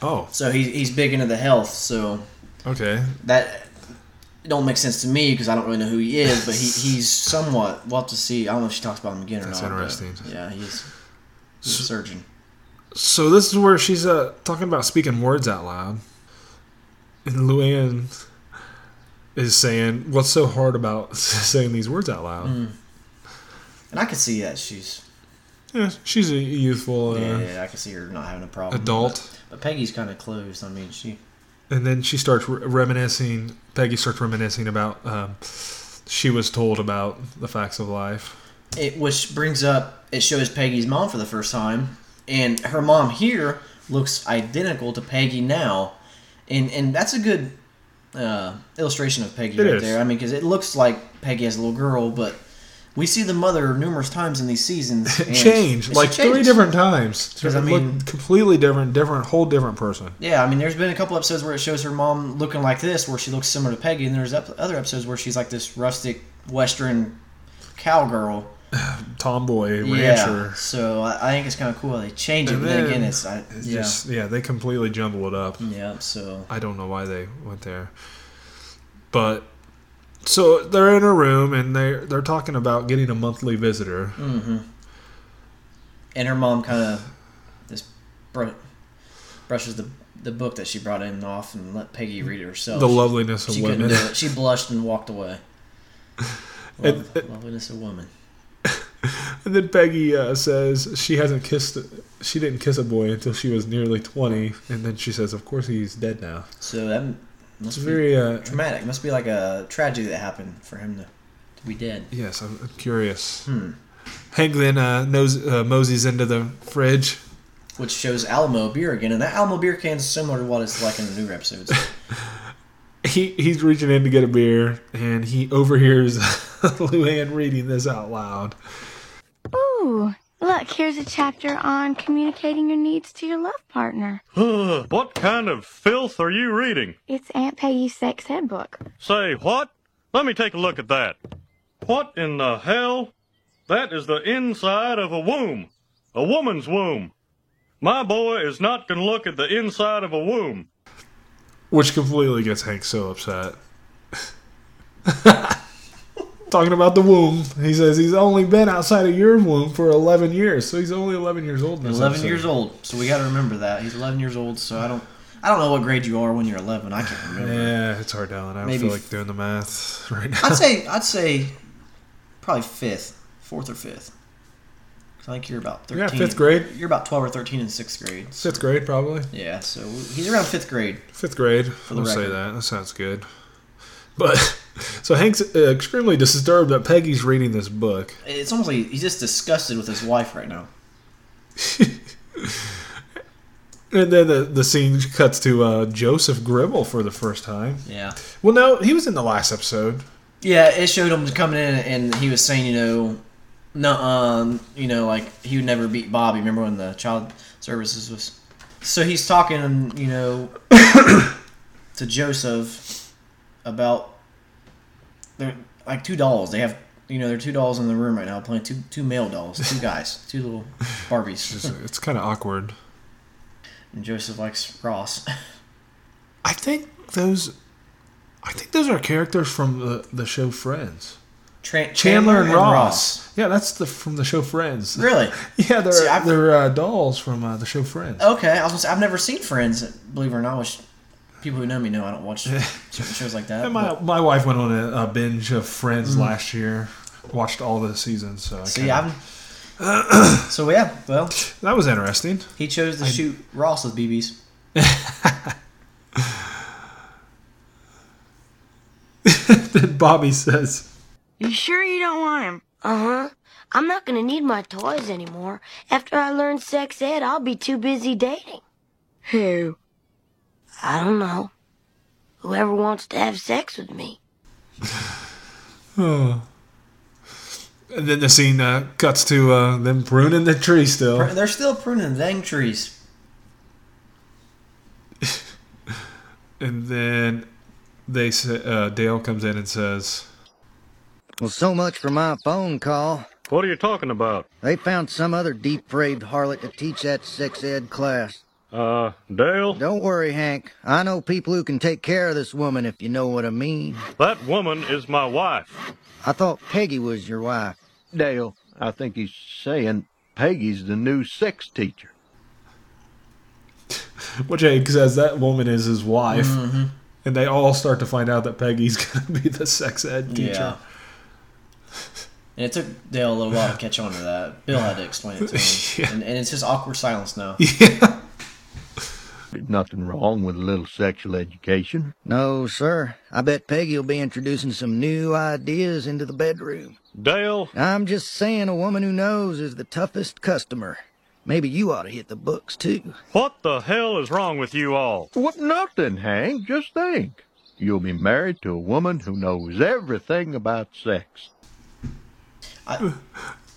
Speaker 2: Oh.
Speaker 3: So he, he's big into the health. So
Speaker 2: Okay.
Speaker 3: that it don't make sense to me because I don't really know who he is, but he, he's somewhat. We'll have to see. I don't know if she talks about him again or
Speaker 2: That's
Speaker 3: not. but
Speaker 2: interesting.
Speaker 3: Yeah, he's, he's a surgeon.
Speaker 2: So this is where she's uh, talking about speaking words out loud, and Luann is saying, "What's so hard about saying these words out loud?"
Speaker 3: Mm. And I can see that she's
Speaker 2: Yeah, she's a youthful. Uh,
Speaker 3: yeah, yeah, I can see her not having a problem.
Speaker 2: adult.
Speaker 3: but, but Peggy's kind of closed. I mean, she
Speaker 2: and then she starts re- reminiscing. Peggy starts reminiscing about um, she was told about the facts of life.
Speaker 3: it which brings up it shows Peggy's mom for the first time, and her mom here looks identical to Peggy now, and and that's a good uh, illustration of Peggy
Speaker 2: It
Speaker 3: right
Speaker 2: is.
Speaker 3: there. I mean, because it looks like Peggy as a little girl, but we see the mother numerous times in these seasons.
Speaker 2: It
Speaker 3: and
Speaker 2: changed
Speaker 3: she
Speaker 2: like three
Speaker 3: changes.
Speaker 2: different times.
Speaker 3: 'Cause, I
Speaker 2: It looked
Speaker 3: mean-
Speaker 2: completely different, different, whole different person.
Speaker 3: Yeah, I mean, there's been a couple episodes where it shows her mom looking like this, where she looks similar to Peggy, and there's ep- other episodes where she's like this rustic Western cowgirl.
Speaker 2: Tomboy
Speaker 3: Yeah,
Speaker 2: rancher.
Speaker 3: so I, I think it's kind of cool how they change it.
Speaker 2: And
Speaker 3: But then
Speaker 2: then
Speaker 3: again, it's I,
Speaker 2: it's
Speaker 3: yeah.
Speaker 2: just- yeah, they completely jumble it up.
Speaker 3: Yeah, so
Speaker 2: I don't know why they went there, but so they're in a room and they they're talking about getting a monthly visitor.
Speaker 3: hmm And her mom kind of just br- brushes the the book that she brought in off and let Peggy read it herself.
Speaker 2: The loveliness of
Speaker 3: she couldn't
Speaker 2: women.
Speaker 3: do it. She blushed and walked away. Love, loveliness of woman.
Speaker 2: And then Peggy uh, says she hasn't kissed, she didn't kiss a boy until she was nearly twenty, and then she says, "Of course he's dead now."
Speaker 3: So that m- must
Speaker 2: It's very uh,
Speaker 3: be traumatic. Must be like a tragedy that happened for him to, to be dead.
Speaker 2: yes. I'm, I'm curious.
Speaker 3: Hmm.
Speaker 2: Hank then uh, knows, uh, moseys into the fridge.
Speaker 3: Which shows Alamo beer again, and that Alamo beer can is similar to what it's like in the newer episodes.
Speaker 2: He he's reaching in to get a beer, and he overhears Luann reading this out loud.
Speaker 12: Ooh, look, here's a chapter on communicating your needs to your love partner.
Speaker 5: Ugh, what kind of filth are you reading?
Speaker 12: It's Aunt Peggy's sex ed book.
Speaker 5: Say what? Let me take a look at that. What in the hell? That is the inside of a womb. A woman's womb. My boy is not going to look at the inside of a womb.
Speaker 2: Which completely gets Hank so upset. Talking about the womb, he says he's only been outside of your womb for 11 years, so he's only 11 years old. in this
Speaker 3: eleven
Speaker 2: episode.
Speaker 3: years old, so we got to remember that he's eleven years old. So I don't, I don't know what grade you are when you're eleven. I can't remember.
Speaker 2: Yeah, it's hard, Alan. I don't
Speaker 3: Maybe
Speaker 2: feel
Speaker 3: f-
Speaker 2: like doing the math right now.
Speaker 3: I'd say I'd say probably fifth, fourth or fifth. 'Cause I think you're about
Speaker 2: Yeah,
Speaker 3: thirteen.
Speaker 2: fifth grade.
Speaker 3: You're about twelve or thirteen in sixth grade. So,
Speaker 2: fifth grade, probably.
Speaker 3: yeah, so he's around fifth grade.
Speaker 2: Fifth grade.
Speaker 3: the
Speaker 2: we'll say
Speaker 3: record.
Speaker 2: that. That sounds good. But so Hank's uh, extremely disturbed that Peggy's reading this book,
Speaker 3: It's almost like he's just disgusted with his wife right now.
Speaker 2: and then the, the scene cuts to uh, Joseph Gribble for the first time.
Speaker 3: Yeah.
Speaker 2: Well, no, he was in the last episode.
Speaker 3: Yeah, it showed him coming in, and he was saying, you know, no, um, you know, like he would never beat Bobby. Remember when the child services was So he's talking, you know, to Joseph about they're like two dolls. They have you know, there are two dolls in the room right now playing two two male dolls, two guys, two little Barbies.
Speaker 2: It's, it's kind of awkward.
Speaker 3: And Joseph likes Ross.
Speaker 2: I think those, I think those are characters from the, the show Friends.
Speaker 3: Tra-
Speaker 2: Chandler and Ross. Yeah, that's the from the show Friends.
Speaker 3: Really?
Speaker 2: yeah, they're
Speaker 3: See, I've- Oh.
Speaker 2: they're uh, dolls from uh, the show Friends.
Speaker 3: Okay, I was gonna say, I've never seen Friends. Believe it or not, which people who know me know I don't watch certain shows like that.
Speaker 2: And my
Speaker 3: but-
Speaker 2: my wife went on a, a binge of Friends
Speaker 3: Mhm.
Speaker 2: last year, watched all the seasons. So I
Speaker 3: See,
Speaker 2: kinda-
Speaker 3: I'm. so yeah, well,
Speaker 2: that was interesting.
Speaker 3: He chose to shoot Ross with BBs.
Speaker 2: then Bobby says,
Speaker 6: You sure you don't want him? Uh huh. I'm not gonna need my toys anymore. After I learn sex ed, I'll be too busy dating. Who? I don't know. Whoever wants to have sex with me.
Speaker 2: oh. And then the scene uh, cuts to uh, them pruning the tree still.
Speaker 3: Pr- They're still pruning dang trees.
Speaker 2: And then they say, uh, Dale comes in and says,
Speaker 7: Well, so much for my phone call.
Speaker 5: What are you talking about?
Speaker 7: They found some other depraved harlot to teach that sex ed class.
Speaker 5: Uh, Dale?
Speaker 7: Don't worry, Hank. I know people who can take care of this woman, if you know what I mean.
Speaker 5: That woman is my wife.
Speaker 7: I thought Peggy was your wife.
Speaker 10: Dale, I think he's saying Peggy's the new sex teacher.
Speaker 2: "Well, Jake says that woman is his wife,"
Speaker 3: Mm-hmm.
Speaker 10: Mhm.
Speaker 2: and they all start to find out that Peggy's gonna be the sex ed teacher.
Speaker 3: Yeah. And it took Dale a little while to catch on to that. Bill had to explain it to him. and, and it's just awkward silence now.
Speaker 10: There's nothing wrong with a little sexual education.
Speaker 7: No, sir. I bet Peggy will be introducing some new ideas into the bedroom.
Speaker 5: Dale?
Speaker 7: I'm just saying a woman who knows is the toughest customer. Maybe you ought to hit the books, too.
Speaker 5: What the hell is wrong with you all?
Speaker 10: What nothing, Hank. Just think. You'll be married to a woman who knows everything about sex.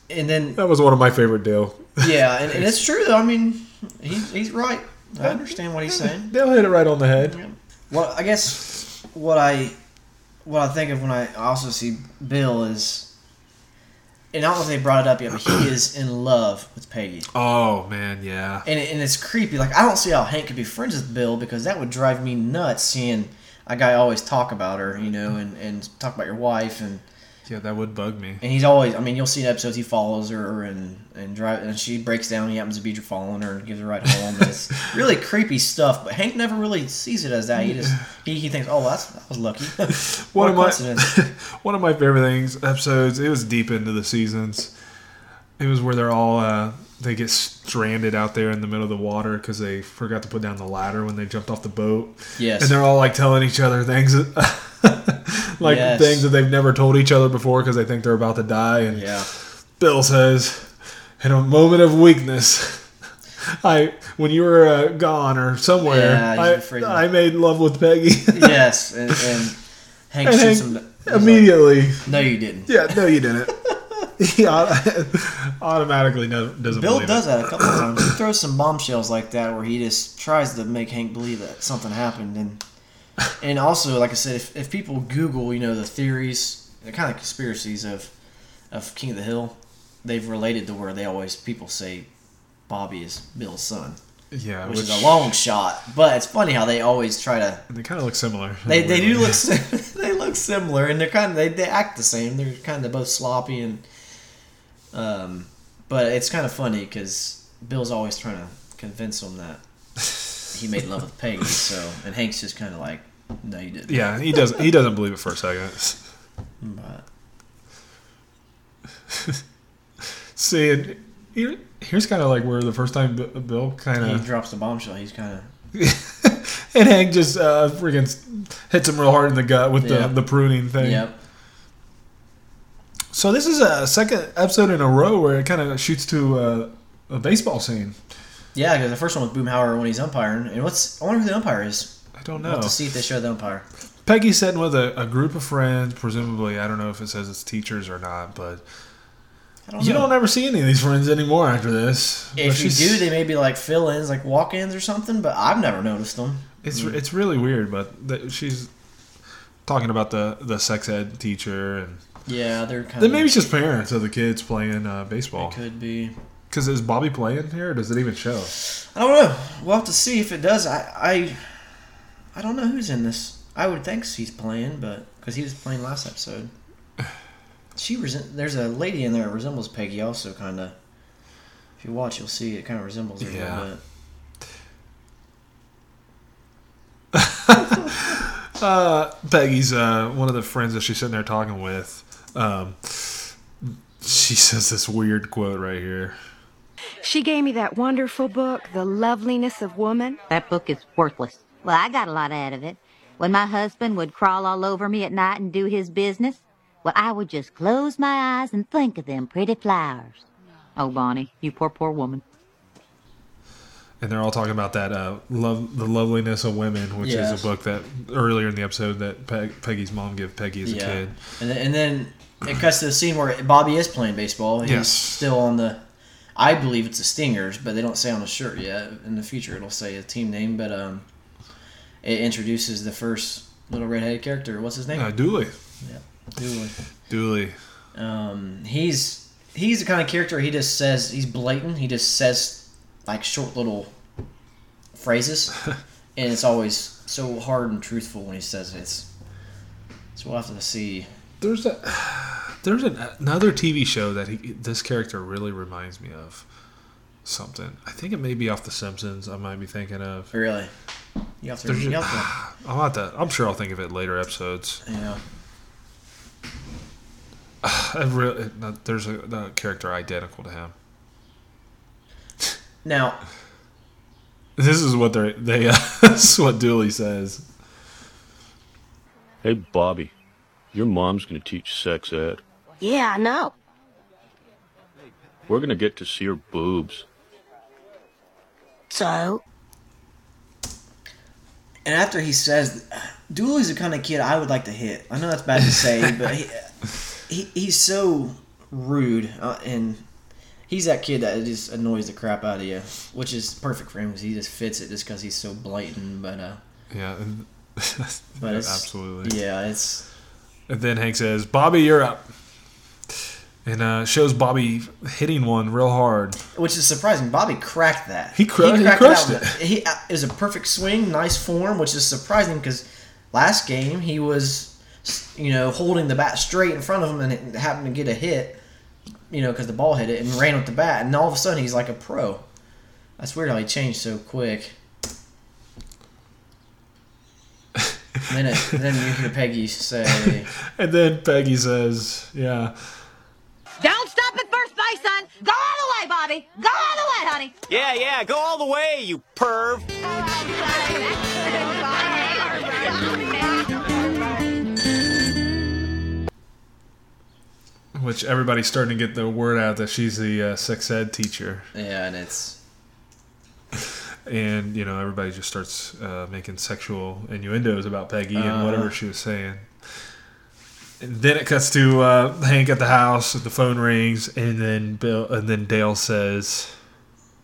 Speaker 3: And then
Speaker 2: That was one of my favorite Dale.
Speaker 3: yeah, and, and it's true though. I mean, he's he's right. I understand what he's saying.
Speaker 2: Dale hit it right on the head.
Speaker 3: Well, I guess what I what I think of when I also see Bill is, and I don't know if they brought it up yet, but he is in love with Peggy.
Speaker 2: Oh man, yeah.
Speaker 3: and, it- and it's creepy. Like I don't see how Hank could be friends with Bill because that would drive me nuts seeing a guy always talk about her, you know, and, and talk about your wife and
Speaker 2: Yeah, that would bug me.
Speaker 3: and he's always. I mean, you'll see in episodes he follows her and and drive and she breaks down. He happens to be following her and gives her a ride home. And it's really creepy stuff. But Hank never really sees it as that. He just he, he thinks, oh, that's that was lucky.
Speaker 2: One
Speaker 3: what a
Speaker 2: of my
Speaker 3: coincidence.
Speaker 2: one of my favorite things episodes. It was deep into the seasons. It was where they're all uh, they get stranded out there in the middle of the water because they forgot to put down the ladder when they jumped off the boat.
Speaker 3: Yes.
Speaker 2: and they're all like telling each other things. that- Like
Speaker 3: Yes.
Speaker 2: things that they've never told each other before because they think they're about to die. And
Speaker 3: Yeah.
Speaker 2: Bill says, "In a moment of weakness, I when you were uh, gone or somewhere,
Speaker 3: Yeah, he's afraid of-
Speaker 2: I, I made love with Peggy."
Speaker 3: yes, and, and Hank
Speaker 2: And
Speaker 3: shoots
Speaker 2: Hank
Speaker 3: him.
Speaker 2: immediately.
Speaker 3: No, you didn't.
Speaker 2: Yeah, no, you didn't. he au- automatically no, doesn't.
Speaker 3: Bill
Speaker 2: believe
Speaker 3: does
Speaker 2: it.
Speaker 3: that a couple of times. He throws some bombshells like that where he just tries to make Hank believe that something happened. And and also, like I said, if, if people Google, you know, the theories, the kind of conspiracies of of King of the Hill, they've related to where they always people say Bobby is Bill's son,
Speaker 2: Yeah,
Speaker 3: which, is
Speaker 2: which-
Speaker 3: a long shot. But it's funny how they always try to.
Speaker 2: They kind of look similar.
Speaker 3: They, they do
Speaker 2: Weirdly.
Speaker 3: look sim- they look similar and they're kind of they, they act the same. They're kind of both sloppy and um, but it's kind of funny because Bill's always trying to convince him that he made love with Peggy. So and Hank's just kind of like, no, you didn't.
Speaker 2: Yeah, he doesn't. He doesn't believe it for a second.
Speaker 3: But
Speaker 2: See, and here, here's kind of like where the first time B- Bill kind
Speaker 3: he
Speaker 2: of
Speaker 3: drops the bombshell. He's kind of
Speaker 2: and Hank just uh, freaking s- hits him real hard in the gut with
Speaker 3: Yeah.
Speaker 2: the, the pruning thing.
Speaker 3: yep.
Speaker 2: So this is a second episode in a row where it kind of shoots to uh, a baseball scene.
Speaker 3: Yeah, because the first one was Boomhauer when he's umpiring, and what's I wonder who the umpire is.
Speaker 2: I don't
Speaker 3: We'll have
Speaker 2: know.
Speaker 3: to see if they show the umpire.
Speaker 2: Peggy's sitting with a, a group of friends, presumably. I don't know if it says it's teachers or not, but
Speaker 3: don't
Speaker 2: you
Speaker 3: know.
Speaker 2: don't ever see any of these friends anymore after this.
Speaker 3: Oh, If
Speaker 2: But
Speaker 3: you
Speaker 2: she's-
Speaker 3: do, they may be like fill-ins, like walk-ins or something. But I've never noticed them.
Speaker 2: It's it's really weird, but th she's talking about the the sex ed teacher and
Speaker 3: Yeah, they're kind
Speaker 2: then
Speaker 3: of
Speaker 2: maybe it's just parents of the kids playing uh, baseball.
Speaker 3: could be
Speaker 2: because is Bobby playing here? or Does it even show?
Speaker 3: I don't know. We'll have to see if it does. I I, I don't know who's in this. I would think he's playing, but because he was playing last episode. She resent. There's a lady in there that resembles Peggy. Also, kind of. If you watch, you'll see it kind of resembles her a
Speaker 2: Yeah.
Speaker 3: little bit.
Speaker 2: Uh, Peggy's uh, one of the friends that she's sitting there talking with. Um, she says this weird quote right here.
Speaker 11: She gave me that wonderful book, The Loveliness of Woman.
Speaker 13: That book is worthless. Well, I got a lot out of it. When my husband would crawl all over me at night and do his business, well, I would just close my eyes and think of them pretty flowers. Oh, Bonnie, you poor, poor woman.
Speaker 2: And they're all talking about that uh, love, the loveliness of women, which
Speaker 3: Yes.
Speaker 2: is a book that earlier in the episode that Peg, Peggy's mom gave Peggy as a kid.
Speaker 3: And then, and then it cuts to the scene where Bobby is playing baseball. He's
Speaker 2: Yes.
Speaker 3: still on the. I believe it's the Stingers, but they don't say on the shirt yet. In the future, it'll say a team name, but um, it introduces the first little redheaded character. What's his name?
Speaker 2: Uh, Dooley.
Speaker 3: Yeah, Dooley.
Speaker 2: Dooley.
Speaker 3: Um, he's he's the kind of character he just says he's blatant. He just says like short little phrases, and it's always so hard and truthful when he says it. It's, so we'll have to see.
Speaker 2: There's a there's an, another TV show that he, this character really reminds me of something. I think it may be off The Simpsons. I might be thinking of
Speaker 3: really. You have to.
Speaker 2: There's
Speaker 3: You
Speaker 2: a-
Speaker 3: have to
Speaker 2: I'll have to. I'm sure I'll think of it later episodes.
Speaker 3: Yeah.
Speaker 2: I really, no, uh, there's a, a character identical to him.
Speaker 3: Now,
Speaker 2: This is what they're, they. Uh, this is what Dooley says.
Speaker 14: Hey, Bobby, your mom's going to teach sex ed.
Speaker 6: Yeah, I know.
Speaker 14: We're going to get to see her boobs.
Speaker 6: So,
Speaker 3: and after he says, Dooley's the kind of kid I would like to hit. I know that's bad to say, but he, he he's so rude, uh, and he's that kid that just annoys the crap out of you, which is perfect for him because he just fits it just because he's so blatant. But uh,
Speaker 2: Yeah. and-
Speaker 3: But it's-
Speaker 2: absolutely.
Speaker 3: Yeah, it's.
Speaker 2: And then Hank says, "Bobby, you're up," and uh, shows Bobby hitting one real hard.
Speaker 3: which is surprising, Bobby cracked that.
Speaker 2: He cra- he
Speaker 3: it
Speaker 2: crushed
Speaker 3: out with a- He uh, it was a perfect swing, nice form, which is surprising because last game he was, you know, holding the bat straight in front of him and it happened to get a hit, you know, because the ball hit it and ran with the bat, and all of a sudden he's like a pro. That's weird how he changed so quick. And then, it, then you hear Peggy say,
Speaker 2: And then Peggy says, "Yeah."
Speaker 13: Don't stop at first base, son. Go all the way, Bobby. Go all the way, honey.
Speaker 15: Yeah, yeah, go all the way, you perv.
Speaker 2: Which everybody's starting to get the word out that she's the uh, sex ed teacher.
Speaker 3: "Yeah," and it's
Speaker 2: and you know everybody just starts uh, making sexual innuendos about Peggy
Speaker 3: Uh-huh.
Speaker 2: and whatever she was saying. And then it cuts to uh, Hank at the house. The phone rings, and then Bill, and then Dale says,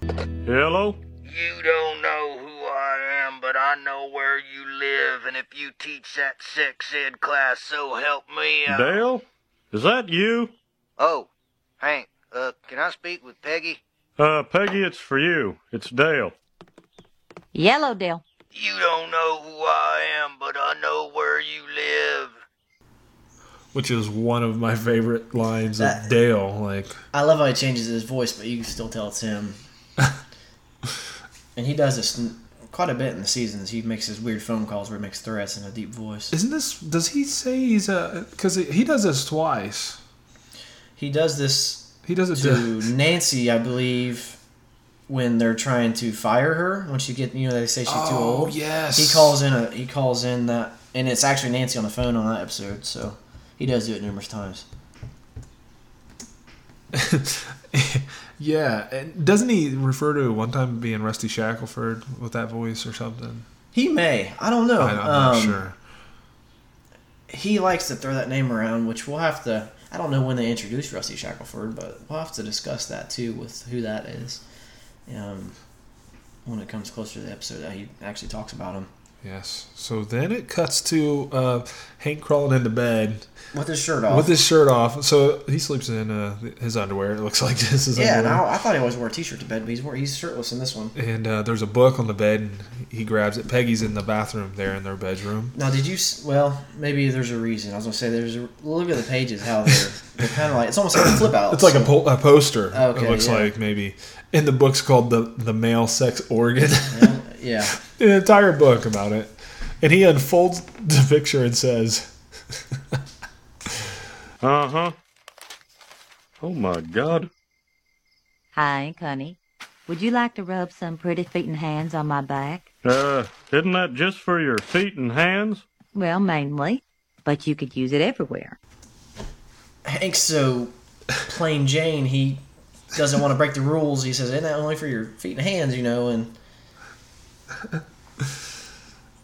Speaker 5: Hello?
Speaker 16: You don't know who I am, but I know where you live, and if you teach that sex ed class, so help me out.
Speaker 5: Dale? Is that you?
Speaker 16: Oh, Hank, uh, can I speak with Peggy?
Speaker 5: Uh, Peggy, it's for you. It's Dale.
Speaker 13: Yellow Dale.
Speaker 16: You don't know who I am, but I know where you live.
Speaker 2: which is one of my favorite lines
Speaker 3: That-
Speaker 2: of Dale. Like,
Speaker 3: I love how he changes his voice, but you can still tell it's him. and he does this n- quite a bit in the seasons. He makes his weird phone calls where he makes threats in a deep voice.
Speaker 2: isn't this? Does he say he's a? Because he does this twice.
Speaker 3: He does this.
Speaker 2: He does it
Speaker 3: to Nancy, I believe, when they're trying to fire her when she get you know they say she's too
Speaker 2: Oh,
Speaker 3: old.
Speaker 2: yes.
Speaker 3: He calls in a he calls in that, and it's actually Nancy on the phone on that episode. So he does do it numerous times.
Speaker 2: Yeah, and doesn't he refer to one time being Rusty Shackelford with that voice or something?
Speaker 3: He may. I don't know.
Speaker 2: I, am not
Speaker 3: Um,
Speaker 2: sure.
Speaker 3: he likes to throw that name around, which we'll have to. I don't know when they introduced Rusty Shackelford, but we'll have to discuss that too with who that is. Um, when it comes closer to the episode that he actually talks about him
Speaker 2: Yes. So then it cuts to uh, Hank crawling into bed
Speaker 3: with his shirt off.
Speaker 2: With his shirt off, so he sleeps in uh, his underwear. It looks like this is
Speaker 3: yeah, and
Speaker 2: underwear.
Speaker 3: I, I thought he always wore a t-shirt to bed, but he's wore, he's shirtless in this one.
Speaker 2: And uh, there's a book on the bed, and he grabs it. Peggy's in the bathroom there in their bedroom.
Speaker 3: Now, did you? s- Well, maybe there's a reason. I was gonna say there's a look at the pages how they're they're kind of like it's almost like a flip out.
Speaker 2: It's like a, po- a poster.
Speaker 3: Okay,
Speaker 2: it looks
Speaker 3: yeah.
Speaker 2: like maybe, and the book's called the the male sex organ.
Speaker 3: yeah.
Speaker 2: An entire book about it, and he unfolds the picture and says,
Speaker 5: Uh huh. Oh my God.
Speaker 13: Hank, honey, would you like to rub some pretty feet and hands on my back?
Speaker 5: Uh, isn't that just for your feet and hands?
Speaker 13: Well, mainly, but you could use it everywhere.
Speaker 3: Hank's so plain Jane. He doesn't want to break the rules. He says, "Isn't that only for your feet and hands?" You know, and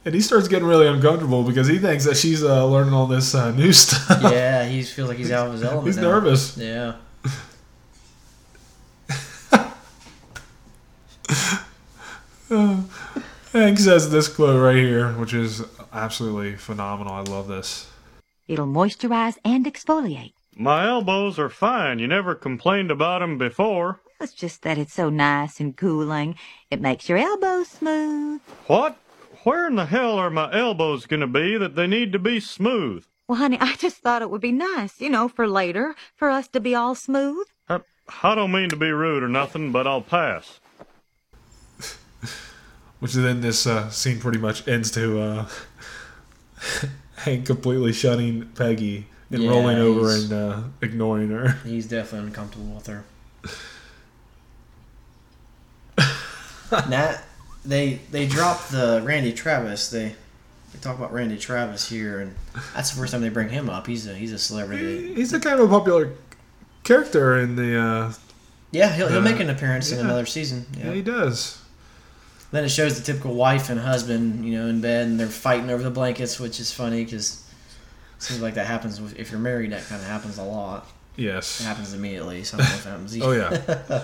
Speaker 2: and he starts getting really uncomfortable because he thinks that she's uh, learning all this uh, new stuff.
Speaker 3: yeah, he feels like he's out of his element.
Speaker 2: He's
Speaker 3: now.
Speaker 2: nervous.
Speaker 3: Yeah.
Speaker 2: Uh, Hank says this quote right here, which is absolutely phenomenal. I love this.
Speaker 13: It'll moisturize and exfoliate.
Speaker 5: My elbows are fine. You never complained about them before.
Speaker 13: It's just that it's so nice and cooling. It makes your elbows smooth.
Speaker 5: What? Where in the hell are my elbows going to be that they need to be smooth?
Speaker 13: Well, honey, I just thought it would be nice, you know, for later, for us to be all smooth.
Speaker 5: I, Uh, I don't mean to be rude or nothing, but I'll pass.
Speaker 2: Which then this uh, scene pretty much ends to uh, Hank completely shunning Peggy and
Speaker 3: Yeah,
Speaker 2: rolling over
Speaker 3: he's-
Speaker 2: and uh, ignoring her.
Speaker 3: He's definitely uncomfortable with her. Nat, they they dropped the Randy Travis. They they talk about Randy Travis here, and that's the first time they bring him up. He's a he's a celebrity.
Speaker 2: He's a kind of a popular character in the. Uh,
Speaker 3: Yeah, he'll, he'll
Speaker 2: uh,
Speaker 3: make an appearance in
Speaker 2: yeah.
Speaker 3: another season. Yeah.
Speaker 2: Yeah, he does.
Speaker 3: Then it shows the typical wife and husband, you know, in bed, and they're fighting over the blankets, which is funny because seems like that happens with- if you're married. That kind of happens a lot.
Speaker 2: Yes.
Speaker 3: it happens to me at least. I don't know if it happens. to you.
Speaker 2: Oh, yeah.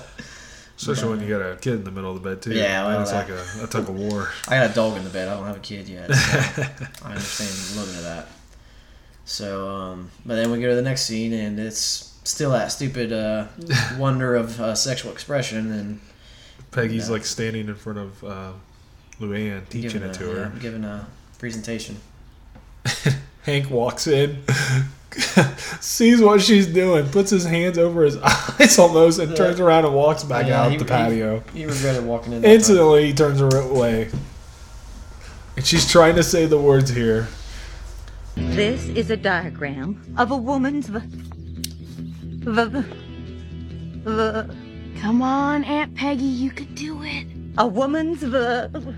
Speaker 2: Especially when you got a kid in the middle of the bed, too.
Speaker 3: Yeah, well,
Speaker 2: it's like
Speaker 3: that-
Speaker 2: a, a tug of war.
Speaker 3: I got a dog in the bed. I don't have a kid yet. so I understand a little bit of that. So, um, but then we go to the next scene, and it's still that stupid uh, wonder of uh, sexual expression, and
Speaker 2: Peggy's
Speaker 3: Yeah.
Speaker 2: like standing in front of uh, Luann, teaching
Speaker 3: giving
Speaker 2: it to
Speaker 3: a,
Speaker 2: her.
Speaker 3: yeah, giving a presentation.
Speaker 2: Hank walks in, sees what she's doing, puts his hands over his eyes almost, and turns around and walks back
Speaker 3: Yeah,
Speaker 2: out
Speaker 3: he-
Speaker 2: the patio.
Speaker 3: He, he regretted walking in. that time.
Speaker 2: Instantly, he turns her away. And she's trying to say the words here.
Speaker 13: This is a diagram of a woman's. V- v- v- Come on, Aunt Peggy, you can do it. A woman's. V-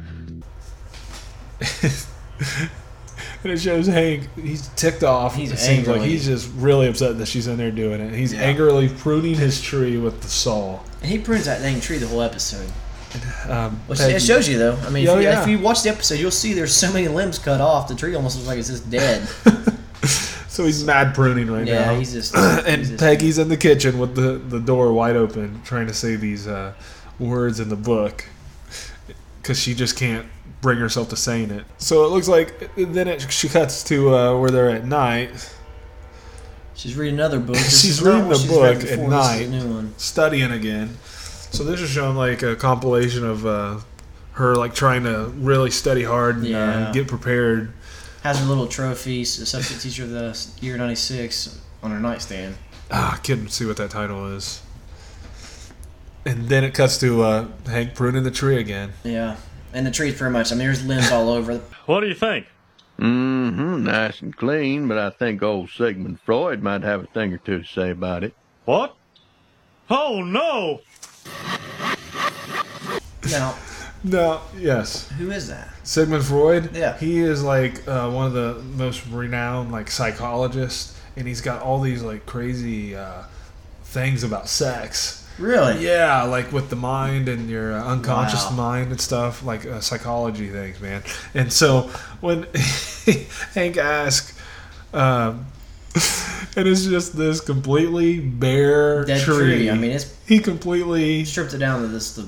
Speaker 2: And it shows Hank, he's ticked off.
Speaker 3: He's
Speaker 2: it seems like
Speaker 3: angrily-
Speaker 2: he's just really upset that she's in there doing it. He's
Speaker 3: Yeah.
Speaker 2: angrily pruning his tree with the saw.
Speaker 3: And he prunes that dang tree the whole episode.
Speaker 2: Um,
Speaker 3: Which
Speaker 2: Peggy-
Speaker 3: it shows you though. I mean,
Speaker 2: Oh,
Speaker 3: if, you,
Speaker 2: yeah.
Speaker 3: if you watch the episode, you'll see there's so many limbs cut off. The tree almost looks like it's just dead.
Speaker 2: So he's mad pruning right
Speaker 3: Yeah,
Speaker 2: now.
Speaker 3: he's just-
Speaker 2: and
Speaker 3: he's just-
Speaker 2: Peggy's in the kitchen with the, the door wide open, trying to say these uh, words in the book because she just can't bring herself to saying it. So it looks like then it she cuts to uh, where they're at night.
Speaker 3: She's reading another book. This
Speaker 2: she's
Speaker 3: is not
Speaker 2: reading
Speaker 3: what
Speaker 2: the
Speaker 3: she's read
Speaker 2: book at
Speaker 3: before. This
Speaker 2: night,
Speaker 3: is a new one.
Speaker 2: studying again. So this is showing like a compilation of uh, her like trying to really study hard and
Speaker 3: Yeah.
Speaker 2: uh, get prepared.
Speaker 3: has her little trophy, s- substitute teacher of the year '96, on her nightstand.
Speaker 2: Ah, I couldn't see what that title is. And then it cuts to uh, Hank pruning the tree again.
Speaker 3: Yeah, and the tree's pretty much. I mean, there's limbs all over.
Speaker 5: What do you think?
Speaker 10: Mm-hmm, nice and clean, but I think old Sigmund Freud might have a thing or two to say about it.
Speaker 5: What? Oh no!
Speaker 3: Now,
Speaker 2: No, yes.
Speaker 3: who is that?
Speaker 2: Sigmund Freud.
Speaker 3: Yeah.
Speaker 2: He is like uh, one of the most renowned like psychologists, and he's got all these like crazy uh, things about sex.
Speaker 3: Really?
Speaker 2: Yeah, like with the mind and your uh, unconscious
Speaker 3: Wow.
Speaker 2: mind and stuff, like uh, psychology things, man. And so when Hank asked uh, and it's just this completely bare
Speaker 3: Dead tree. I mean, it's
Speaker 2: he completely
Speaker 3: stripped it down to this the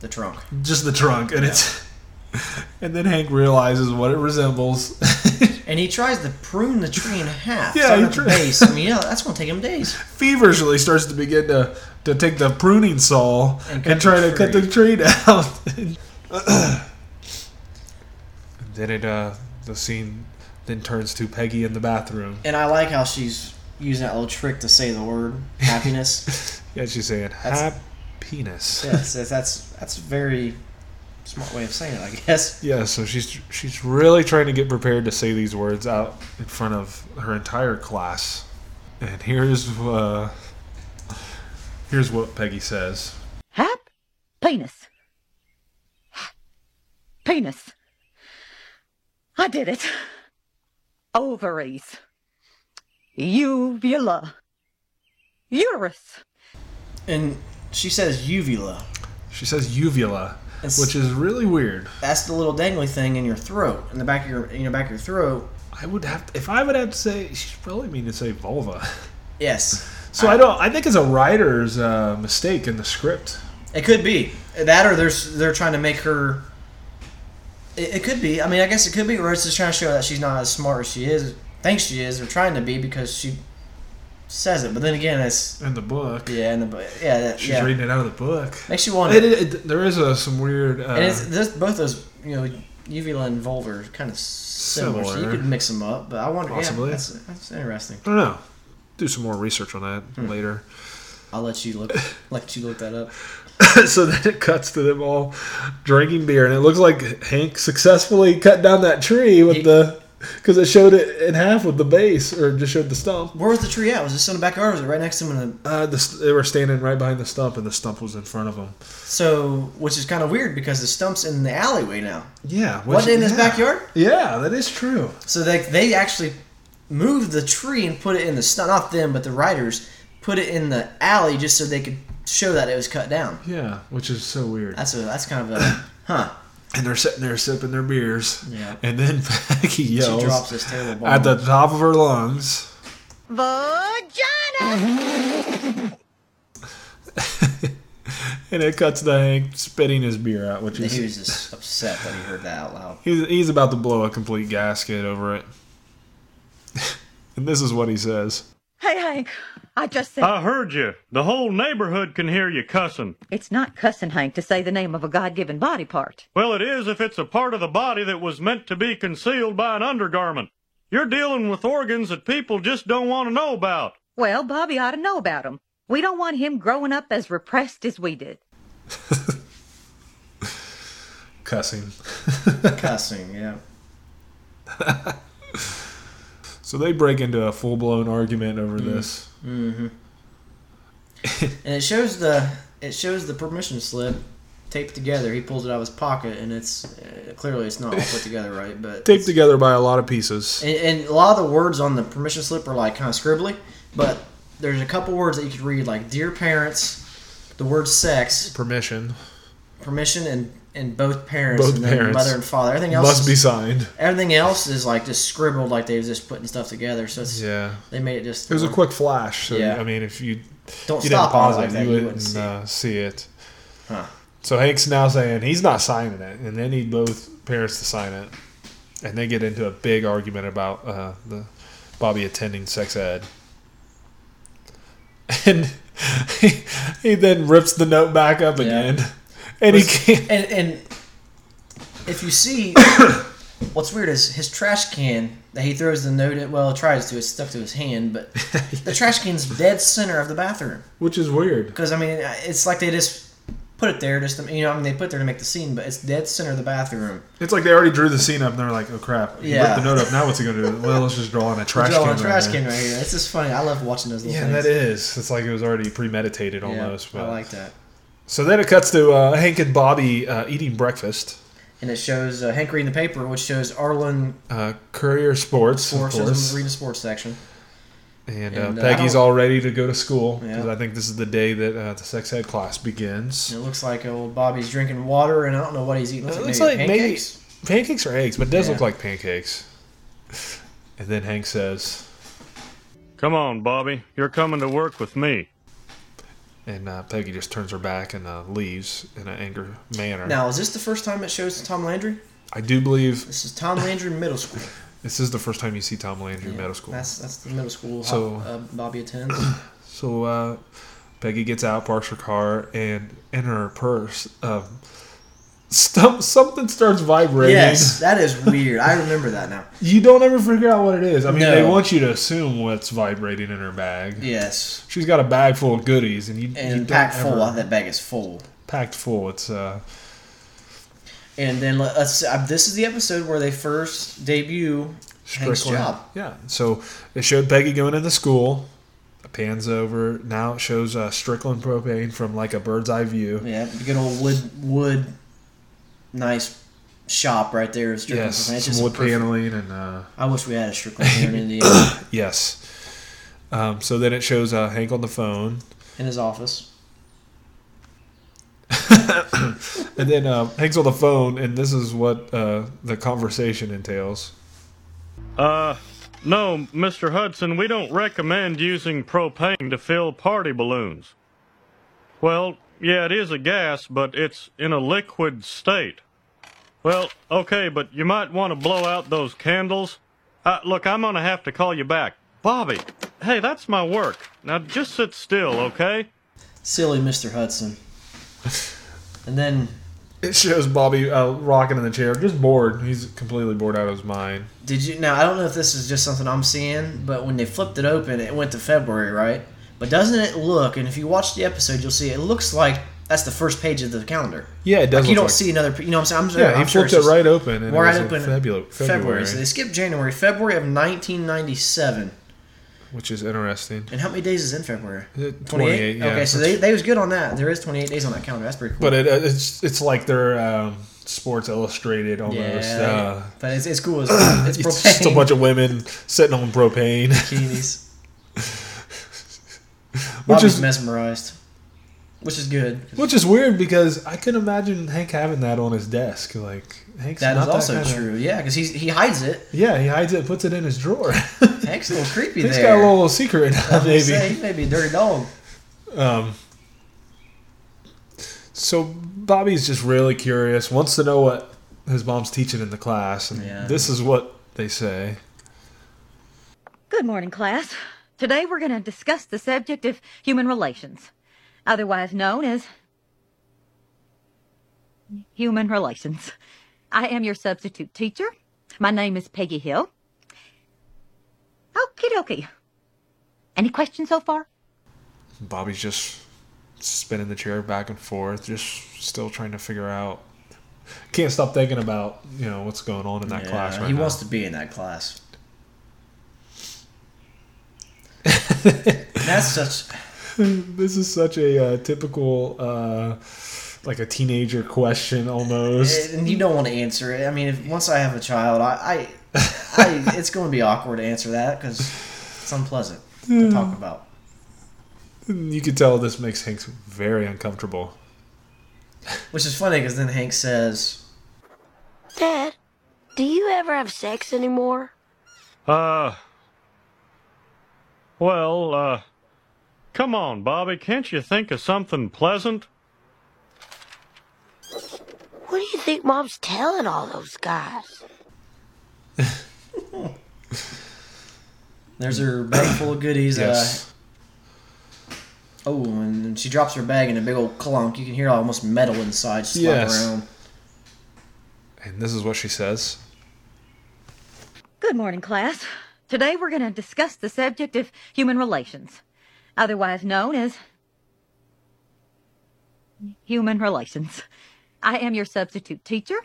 Speaker 3: the trunk.
Speaker 2: just the trunk, and it's and then Hank realizes what it resembles.
Speaker 3: And he tries to prune the tree in half.
Speaker 2: Yeah,
Speaker 3: Yeah,
Speaker 2: he
Speaker 3: he the
Speaker 2: tr-
Speaker 3: base. I mean, yeah, that's gonna take him days.
Speaker 2: Feverishly starts to begin to to take the pruning saw and,
Speaker 3: And cut
Speaker 2: try
Speaker 3: the
Speaker 2: to cut the tree down. then it uh the scene then turns to Peggy in the bathroom.
Speaker 3: And I like how she's using that little trick to say the word happiness.
Speaker 2: yeah, she's saying
Speaker 3: That's-
Speaker 2: happiness.
Speaker 3: yes, that's that's, that's a very smart way of saying it, I guess.
Speaker 2: Yeah, so she's she's really trying to get prepared to say these words out in front of her entire class. And here's uh, here's what Peggy says.
Speaker 17: Hap? Penis. Penis. I did it. Ovaries. Uvula. Uterus.
Speaker 3: And she says uvula.
Speaker 2: She says uvula,
Speaker 3: It's-
Speaker 2: which is really weird.
Speaker 3: That's the little dangly thing in your throat, in the back of your in your back of your throat.
Speaker 2: I would have if I would have to say she's really mean to say vulva.
Speaker 3: Yes.
Speaker 2: So I don't. I think it's a writer's uh, mistake in the script.
Speaker 3: It could be that, or there's they're trying to make her. It, it could be. I mean, I guess it could be, or it's just trying to show that she's not as smart as she is, thinks she is, or trying to be because she says it. But then again, it's
Speaker 2: in the book.
Speaker 3: Yeah, in the book. Yeah, that,
Speaker 2: She's
Speaker 3: yeah.
Speaker 2: reading it out of the book.
Speaker 3: Makes you wonder.
Speaker 2: It- it- it- there is a, some weird. Uh,
Speaker 3: and it's this, both those, you know, uvula and vulva are kind of similar, so you
Speaker 2: Similar.
Speaker 3: could mix them up. But I wonder.
Speaker 2: Possibly.
Speaker 3: Yeah, that's, that's interesting.
Speaker 2: I don't know. Do some more research on that
Speaker 3: Hmm.
Speaker 2: later.
Speaker 3: I'll let you look. let you look that up.
Speaker 2: so then it cuts to them all drinking beer, and it looks like Hank successfully cut down that tree with the because it showed it in half with the base, or just showed the stump.
Speaker 3: Where was the tree at? Was this in the backyard? or Was it right next to him? In the...
Speaker 2: Uh, the, st- they were standing right behind the stump, and the stump was in front of them.
Speaker 3: So, which is kind of weird because the stump's in the alleyway now.
Speaker 2: Yeah,
Speaker 3: What in his backyard?
Speaker 2: Yeah, that is true.
Speaker 3: So they they actually moved the tree and put it in the stump. Not them, but the writers put it in the alley just so they could show that it was cut down.
Speaker 2: Yeah, which is so weird.
Speaker 3: That's a, that's kind of a huh.
Speaker 2: And they're sitting there sipping their beers.
Speaker 3: Yeah.
Speaker 2: And then Peggy yells
Speaker 3: drops this terrible
Speaker 2: at the
Speaker 3: bomb.
Speaker 2: top of her lungs.
Speaker 17: Vagina.
Speaker 2: And it cuts to Hank spitting his beer out, which
Speaker 3: He
Speaker 2: is
Speaker 3: was just upset that he heard that out loud.
Speaker 2: He's, he's about to blow a complete gasket over it. and this is what he says.
Speaker 17: Hey, Hank. I just said.
Speaker 5: I heard you. The whole neighborhood can hear you cussing.
Speaker 17: It's not cussing, Hank, to say the name of a God given body part.
Speaker 5: Well, it is if it's a part of the body that was meant to be concealed by an undergarment. You're dealing with organs that people just don't want to know about.
Speaker 17: Well, Bobby ought to know about him. We don't want him growing up as repressed as we did.
Speaker 2: Cussing.
Speaker 3: Cussing, yeah.
Speaker 2: So they break into a full blown argument over this.
Speaker 3: Mm-hmm. and it shows the it shows the permission slip taped together. He pulls it out of his pocket, and it's uh, clearly it's not all put together right, but
Speaker 2: Taped together by a lot of pieces.
Speaker 3: And, and a lot of the words on the permission slip are like kind of scribbly, but there's a couple words that you could read like "dear parents," the word "sex,"
Speaker 2: Permission.
Speaker 3: permission, and and both parents,
Speaker 2: Both
Speaker 3: and then
Speaker 2: parents.
Speaker 3: mother and father. Everything else
Speaker 2: Must
Speaker 3: is-
Speaker 2: be signed.
Speaker 3: Everything else is like just scribbled, like they was just putting stuff together. So it's,
Speaker 2: Yeah.
Speaker 3: they made it just.
Speaker 2: It was a
Speaker 3: one-
Speaker 2: quick flash. So,
Speaker 3: Yeah.
Speaker 2: I mean, if you,
Speaker 3: Don't
Speaker 2: you
Speaker 3: stop
Speaker 2: didn't pause
Speaker 3: on it like
Speaker 2: it,
Speaker 3: that,
Speaker 2: you
Speaker 3: you
Speaker 2: wouldn't,
Speaker 3: wouldn't see
Speaker 2: uh, see it.
Speaker 3: Huh.
Speaker 2: So Hank's now saying he's not signing it, and they need both parents to sign it. And they get into a big argument about uh, the Bobby attending sex ed. And he, he then rips the note back up again. And he can't.
Speaker 3: And, and if you see, what's weird is his trash can that he throws the note at. Well, tries to. It's stuck to his hand, but the trash can's dead center of the bathroom.
Speaker 2: Which is weird.
Speaker 3: Because I mean, it's like they just put it there. Just to, you know, I mean, they put it there to make the scene, but it's dead center of the bathroom.
Speaker 2: It's like they already drew the scene up, and they're like, "Oh crap! He
Speaker 3: Yeah.
Speaker 2: ripped the note up. Now what's he gonna do? Well, let's just draw on a trash
Speaker 3: Draw
Speaker 2: can.
Speaker 3: on a trash
Speaker 2: right
Speaker 3: can
Speaker 2: now."
Speaker 3: right here. It's just funny. I love watching those little
Speaker 2: Yeah,
Speaker 3: things.
Speaker 2: that is. It's like it was already premeditated almost. uh,
Speaker 3: Yeah, I
Speaker 2: but-
Speaker 3: like that.
Speaker 2: So then it cuts to uh, Hank and Bobby uh, eating breakfast.
Speaker 3: And it shows uh, Hank reading the paper, which shows Arlen
Speaker 2: Uh, Courier Sports,
Speaker 3: Sports
Speaker 2: of
Speaker 3: doesn't
Speaker 2: course,
Speaker 3: read the sports section.
Speaker 2: and,
Speaker 3: and,
Speaker 2: uh,
Speaker 3: uh,
Speaker 2: Peggy's
Speaker 3: I don't-
Speaker 2: all ready to go to school because
Speaker 3: Yeah.
Speaker 2: I think this is the day that uh, the sex ed class begins.
Speaker 3: And it looks like old Bobby's drinking water, and I don't know what he's eating.
Speaker 2: It
Speaker 3: Looks
Speaker 2: looks
Speaker 3: like,
Speaker 2: like
Speaker 3: maybe pancakes.
Speaker 2: maybe pancakes or eggs, but it does
Speaker 3: Yeah.
Speaker 2: look like pancakes. And then Hank says,
Speaker 5: Come on, Bobby. You're coming to work with me.
Speaker 2: And uh, Peggy just turns her back and uh, leaves in an angry manner.
Speaker 3: Now, is this the first time it shows Tom Landry?
Speaker 2: I do believe
Speaker 3: This is Tom Landry Middle School.
Speaker 2: this is the first time you see Tom Landry middle school.
Speaker 3: That's that's the middle school
Speaker 2: So-
Speaker 3: uh, Bobby attends.
Speaker 2: So uh, Peggy gets out, parks her car, and in her purse, um, stump, something starts vibrating.
Speaker 3: yes, that is weird. I remember that now.
Speaker 2: You don't ever figure out what it is. I mean,
Speaker 3: No.
Speaker 2: they want you to assume what's vibrating in her bag.
Speaker 3: Yes.
Speaker 2: She's got a bag full of goodies, and you you
Speaker 3: And
Speaker 2: don't
Speaker 3: packed full.
Speaker 2: ever-
Speaker 3: That bag is full.
Speaker 2: Packed full. It's uh,
Speaker 3: And then let- let's. Uh, this is the episode where they first debut Hank's
Speaker 2: Strickland.
Speaker 3: job.
Speaker 2: Yeah. So it showed Peggy going into school. It Pans over. Now it shows uh, Strickland propane from like a bird's eye view.
Speaker 3: Yeah, good old wood wood, nice shop right there. Strickland
Speaker 2: Yes,
Speaker 3: Propane. It's
Speaker 2: some
Speaker 3: just
Speaker 2: wood
Speaker 3: perfect.
Speaker 2: paneling and. Uh,
Speaker 3: I wish we had a Strickland here in Indiana
Speaker 2: Yes. Um, so then it shows uh, Hank on the phone,
Speaker 3: in his office.
Speaker 2: and then uh, Hank's on the phone, and this is what uh, the conversation entails.
Speaker 5: Uh, no, Mr. Hudson, we don't recommend using propane to fill party balloons. Well, yeah, it is a gas, but it's in a liquid state. Well, okay, but you might want to blow out those candles. Uh, look, I'm going to have to call you back. Bobby, hey, that's my work. Now just sit still, okay?
Speaker 3: Silly Mr. Hudson. And then
Speaker 2: It shows Bobby uh, rocking in the chair, just bored. He's completely bored out of his mind.
Speaker 3: Did you now? I don't know if this is just something I'm seeing, but when they flipped it open, it went to February, right? But doesn't it look? And if you watch the episode, you'll see it looks like that's the first page of the calendar.
Speaker 2: Yeah, it does
Speaker 3: Like
Speaker 2: look
Speaker 3: you don't
Speaker 2: like-
Speaker 3: see another. You know what I'm saying? I'm,
Speaker 2: Yeah,
Speaker 3: I'm
Speaker 2: he flipped
Speaker 3: it's
Speaker 2: it
Speaker 3: just-
Speaker 2: right open, and it
Speaker 3: right
Speaker 2: was in
Speaker 3: open.
Speaker 2: Febru- February.
Speaker 3: So they skipped January, February of 1997.
Speaker 2: Which is interesting.
Speaker 3: And how many days is in February?
Speaker 2: Uh, 28, yeah.
Speaker 3: Okay, so they, they was good on that. There is 28 days on that calendar. That's pretty cool.
Speaker 2: But it, uh, it's it's like their um, Sports Illustrated almost.
Speaker 3: Yeah,
Speaker 2: uh,
Speaker 3: but it's, it's cool. It's, it's,
Speaker 2: it's just a
Speaker 3: propane.
Speaker 2: bunch of women sitting on propane.
Speaker 3: Bikinis.
Speaker 2: Which
Speaker 3: Bobby's
Speaker 2: is
Speaker 3: mesmerized, which is good.
Speaker 2: Which is weird because I could imagine Hank having that on his desk. Like Hank's
Speaker 3: That
Speaker 2: not
Speaker 3: is also
Speaker 2: kinda-
Speaker 3: true. Yeah, because he he hides it.
Speaker 2: Yeah, he hides it, puts it in his drawer.
Speaker 3: Hank's a little creepy
Speaker 2: Hank's
Speaker 3: there.
Speaker 2: got a little secret,
Speaker 3: I was gonna
Speaker 2: maybe.
Speaker 3: say, he may be a dirty dog.
Speaker 2: Um, so Bobby's just really curious, wants to know what his mom's teaching in the class, and
Speaker 17: Yeah.
Speaker 2: this is what they say.
Speaker 17: Good morning, class. Today we're going to discuss the subject of human relations, otherwise known as human relations.
Speaker 11: I am your substitute teacher.
Speaker 17: My name is Peggy Hill. Okie dokie.
Speaker 13: Any questions so far?
Speaker 2: Bobby's just spinning the chair back and forth, just still trying to figure out. Can't stop thinking about you know what's going on in that
Speaker 3: Yeah,
Speaker 2: class right
Speaker 3: he
Speaker 2: now.
Speaker 3: wants to be in that class. That's such.
Speaker 2: this is such a uh, typical, uh, like a teenager question almost.
Speaker 3: And you don't want to answer it. I mean, if, once I have a child, I, I, I it's going to be awkward to answer that because it's unpleasant to talk about.
Speaker 2: You can tell this makes Hank very uncomfortable.
Speaker 3: Which is funny because then Hank says,
Speaker 6: Dad, do you ever have sex anymore?
Speaker 5: Uh, well, uh, come on, Bobby, can't you think of something pleasant?
Speaker 6: What do you think Mom's telling all those guys?
Speaker 3: "There's her bag full of goodies."
Speaker 2: Yes.
Speaker 3: Uh, oh, and then she drops her bag in a big old clunk. You can hear almost metal inside slap
Speaker 2: Yes.
Speaker 3: around.
Speaker 2: And this is what she says.
Speaker 17: Good morning, class. Today we're going to discuss the subject of human relations, otherwise known as human relations.
Speaker 11: I am your substitute teacher.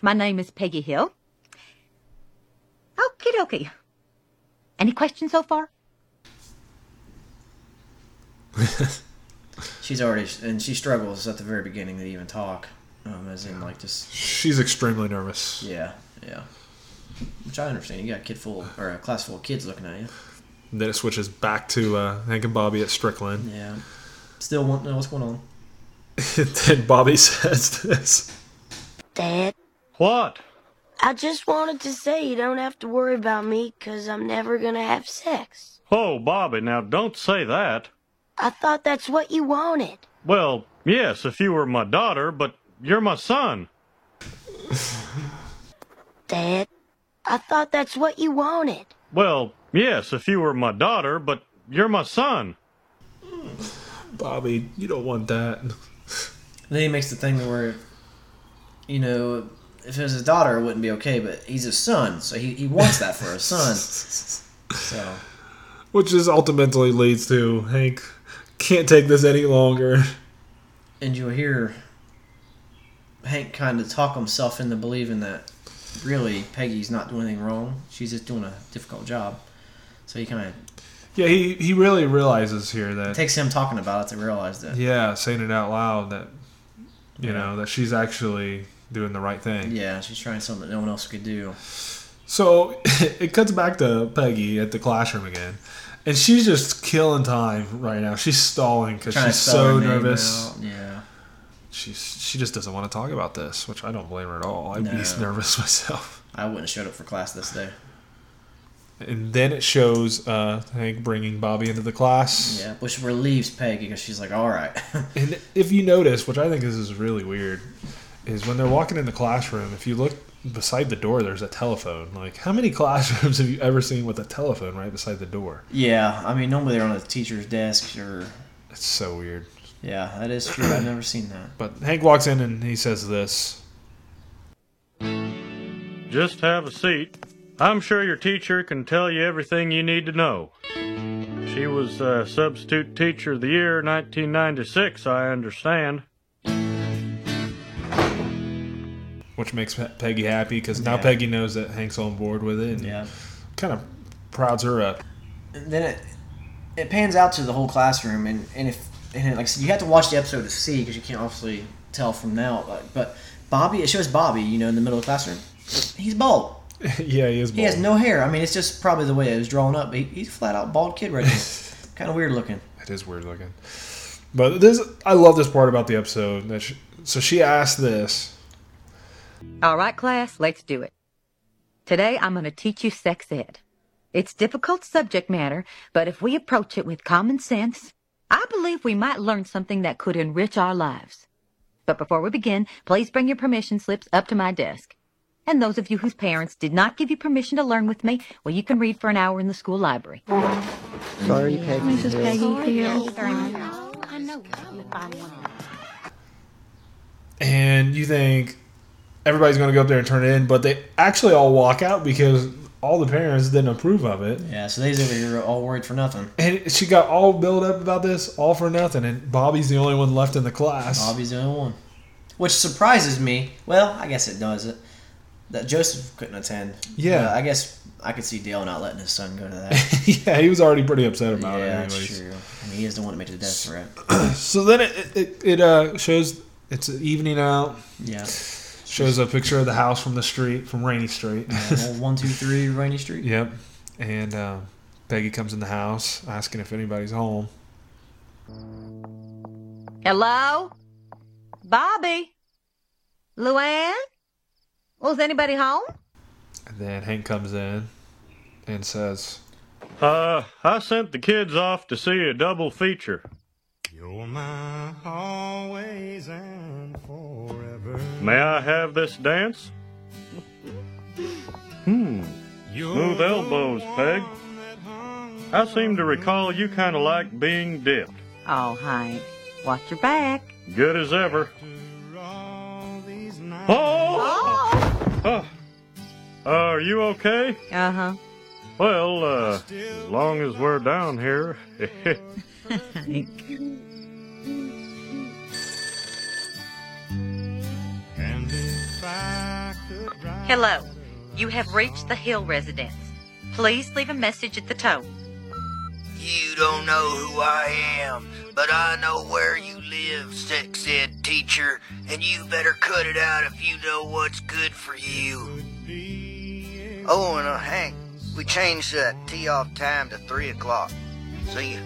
Speaker 11: My name is Peggy Hill.
Speaker 17: Okie dokie.
Speaker 13: Any questions so far?
Speaker 3: She's already and she struggles at the very beginning to even talk, um, as in like just
Speaker 2: She's extremely nervous.
Speaker 3: yeah, yeah. Which I understand. You got a kid full or a class full of kids looking at you.
Speaker 2: Then it switches back to uh, Hank and Bobby at Strickland.
Speaker 3: Yeah. Still want to know what's going on.
Speaker 2: and then Bobby says this.
Speaker 6: Dad?
Speaker 5: What?
Speaker 6: I just wanted to say you don't have to worry about me because I'm never going to have sex.
Speaker 5: Oh, Bobby, now don't say that.
Speaker 6: I thought that's what you wanted.
Speaker 5: Well, yes, if you were my daughter, but you're my son.
Speaker 6: Dad, I thought that's what you wanted.
Speaker 5: Well, yes, if you were my daughter, but you're my son.
Speaker 2: Bobby, you don't want that.
Speaker 3: And then he makes the thing where, you know, if it was his daughter, it wouldn't be okay, but he's his son, so he, he wants that for his son. So
Speaker 2: Which is ultimately leads to Hank can't take this any longer.
Speaker 3: and you'll hear Hank kind of talk himself into believing that really Peggy's not doing anything wrong. She's just doing a difficult job. So he kind of
Speaker 2: Yeah, he, he really realizes here that
Speaker 3: takes him talking about it to realize that.
Speaker 2: yeah, saying it out loud that you
Speaker 3: Yeah.
Speaker 2: know that she's actually doing the right thing.
Speaker 3: Yeah, she's trying something that no one else could do.
Speaker 2: So it cuts back to Peggy at the classroom again, and she's just killing time right now. She's stalling because
Speaker 3: Trying to
Speaker 2: she's
Speaker 3: spell
Speaker 2: so
Speaker 3: her name
Speaker 2: nervous.
Speaker 3: out, Yeah.
Speaker 2: She's she just doesn't want to talk about this, which I don't blame her at all. I'd
Speaker 3: No.
Speaker 2: be nervous myself.
Speaker 3: I wouldn't have showed up for class this day.
Speaker 2: And then it shows uh, Hank bringing Bobby into the class.
Speaker 3: Yeah, which relieves Peggy because she's like, all right.
Speaker 2: and if you notice, which I think this is really weird, is when they're walking in the classroom, if you look beside the door, there's a telephone. Like, how many classrooms have you ever seen with a telephone right beside the door?
Speaker 3: Yeah, I mean, normally they're on a teacher's desk or.
Speaker 2: It's so weird.
Speaker 3: Yeah, that is true. I've never seen that.
Speaker 2: But Hank walks in and he says this.
Speaker 5: Just have a seat. I'm sure your teacher can tell you everything you need to know. She was uh, substitute teacher of the year 1996, I understand.
Speaker 2: which makes Pe- Peggy happy because now
Speaker 3: Yeah.
Speaker 2: Peggy knows that Hank's on board with it and kind of prods her up.
Speaker 3: And then it it pans out to the whole classroom, and and if and it, like I said, you have to watch the episode to see because you can't obviously tell from now. Like, but Bobby, it shows Bobby, you know, in the middle of the classroom. He's bald.
Speaker 2: yeah, he is.
Speaker 3: He has no hair. I mean, it's just probably the way it was drawn up. But he, he's a flat out bald kid right now. kind of weird looking.
Speaker 2: It is weird looking, but this I love this part about the episode. That she, so she asked this.
Speaker 17: All right, class, let's do it. Today I'm going to teach you sex ed. It's difficult subject matter, but if we approach it with common sense, I believe we might learn something that could enrich our lives. But before we begin, please bring your permission slips up to my desk. And those of you whose parents did not give you permission to learn with me, well, you can read for an hour in the school library.
Speaker 7: Sorry, Peggy.
Speaker 2: and you think everybody's going to go up there and turn it in, but they actually all walk out because all the parents didn't approve of it.
Speaker 3: Yeah, so they's over here all worried for nothing.
Speaker 2: And she got all built up about this, all for nothing. And Bobby's the only one left in the class.
Speaker 3: Bobby's the only one. Which surprises me. Well, I guess it does it. That Joseph couldn't attend.
Speaker 2: Yeah.
Speaker 3: But I guess I could see Dale not letting his son go to that.
Speaker 2: yeah, he was already pretty upset about
Speaker 3: yeah,
Speaker 2: it.
Speaker 3: that's
Speaker 2: Anyways.
Speaker 3: true. And he is the one that made the death threat.
Speaker 2: so then it it, it uh, shows it's evening out.
Speaker 3: Yeah.
Speaker 2: Shows a picture of the house from the street, from Rainy Street.
Speaker 3: Yeah, old Uh, one, two, three, Rainy Street.
Speaker 2: yep. And um, Peggy comes in the house asking if anybody's home.
Speaker 17: Hello? Bobby? Luann? Was anybody home?
Speaker 2: And then Hank comes in and says,
Speaker 5: Uh, I sent the kids off to see a double feature.
Speaker 1: You're my always and forever.
Speaker 5: May I have this dance? Hmm. Smooth elbows, Peg. I seem to recall you kind of like being dipped.
Speaker 17: Oh, Hank. Watch your back.
Speaker 5: Good as ever. Oh! Oh. Uh, are you okay?
Speaker 17: Uh huh.
Speaker 5: Well, uh, as long as we're down here.
Speaker 17: Hello. You have reached the Hill residence. Please leave a message at the tone.
Speaker 16: You don't know who I am, but I know where you live, sex ed teacher, and you better cut it out if you know what's good for you.
Speaker 9: Oh, and uh, Hank, we changed that tee off time to 3 o'clock. See ya.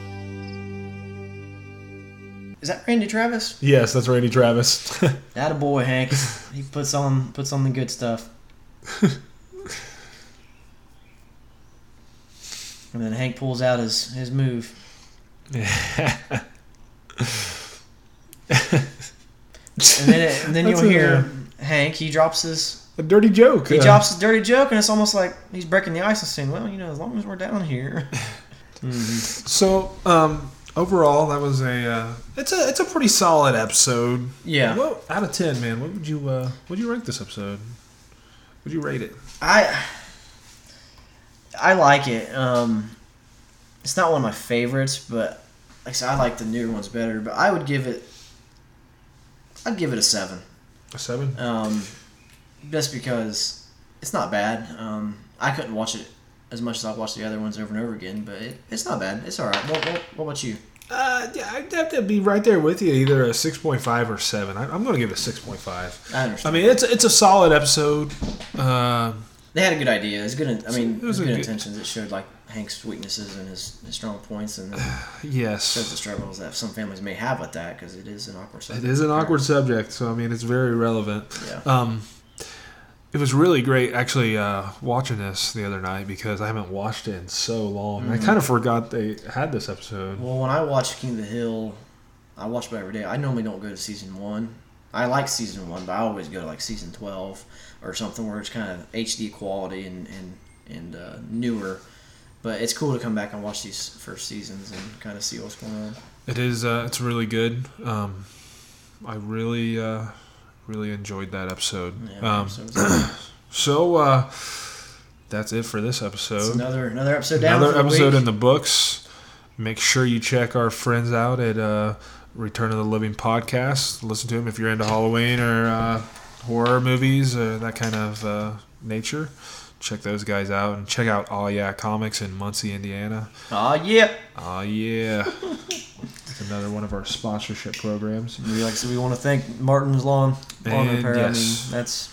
Speaker 3: Is that Randy Travis?
Speaker 2: "Yes, that's Randy Travis."
Speaker 3: That a boy, Hank. he puts on puts on the good stuff. And then Hank pulls out his, his move. and then, it, and then you'll
Speaker 2: That's a-
Speaker 3: hear Hank. He drops his
Speaker 2: a dirty joke.
Speaker 3: He
Speaker 2: uh,
Speaker 3: drops his dirty joke, and it's almost like he's breaking the ice and saying, "Well, you know, as long as we're down here."
Speaker 2: So um, overall, that was a uh, it's a it's a pretty solid episode.
Speaker 3: Yeah.
Speaker 2: What, out of ten, man, what would you uh, would you rank this episode? Would you rate it?
Speaker 3: I I like it. Um, it's not one of my favorites, but like I said, I like the newer ones better. But I would give it. I'd give it a seven.
Speaker 2: A seven.
Speaker 3: Um, just because it's not bad. Um, I couldn't watch it as much as I've watched the other ones over and over again, but it, it's not bad. It's all right. What, what, what about you?
Speaker 2: Uh, yeah, I'd have to be right there with you, either a six point five or seven. I, I'm going to give it a six point five.
Speaker 3: I understand.
Speaker 2: I mean, it's it's a solid episode. Uh,
Speaker 3: They had a good idea. It was good. in- I mean,
Speaker 2: It
Speaker 3: it
Speaker 2: was
Speaker 3: was
Speaker 2: a
Speaker 3: good
Speaker 2: good-
Speaker 3: intentions. It showed like Hank's weaknesses and his, his strong points, and
Speaker 2: Yes.
Speaker 3: shows the struggles that some families may have with that because it is an awkward.
Speaker 2: It
Speaker 3: subject.
Speaker 2: is an awkward subject, so I mean, it's very relevant.
Speaker 3: Yeah.
Speaker 2: Um, it was really great actually uh, watching this the other night because I haven't watched it in so long. I
Speaker 3: Mhm.
Speaker 2: kind of forgot they had this episode.
Speaker 3: Well, when I watch King of the Hill, I watch it every day. I normally don't go to season one. I like season one, but I always go to like season twelve or something where it's kind of HD quality and and and uh, newer. But it's cool to come back and watch these first seasons and kind of see what's going on.
Speaker 2: It is. Uh, it's really good. Um, I really, uh, really enjoyed that episode.
Speaker 3: Yeah,
Speaker 2: um,
Speaker 3: so was I.
Speaker 2: so uh, that's it for this episode.
Speaker 3: It's another- another episode down
Speaker 2: Another
Speaker 3: for the
Speaker 2: episode
Speaker 3: week.
Speaker 2: in the books. Make sure you check our friends out at uh, Return of the Living podcast. Listen to them if you're into Halloween or uh, horror movies or that kind of uh, nature. Check those guys out and check out All Yeah Comics in Muncie, Indiana.
Speaker 3: Aw yeah.
Speaker 2: Aw yeah. It's another one of our sponsorship programs.
Speaker 3: We like so we want to thank Martin's Lawn Lawn
Speaker 2: And
Speaker 3: Repair.
Speaker 2: yes.
Speaker 3: I mean, that's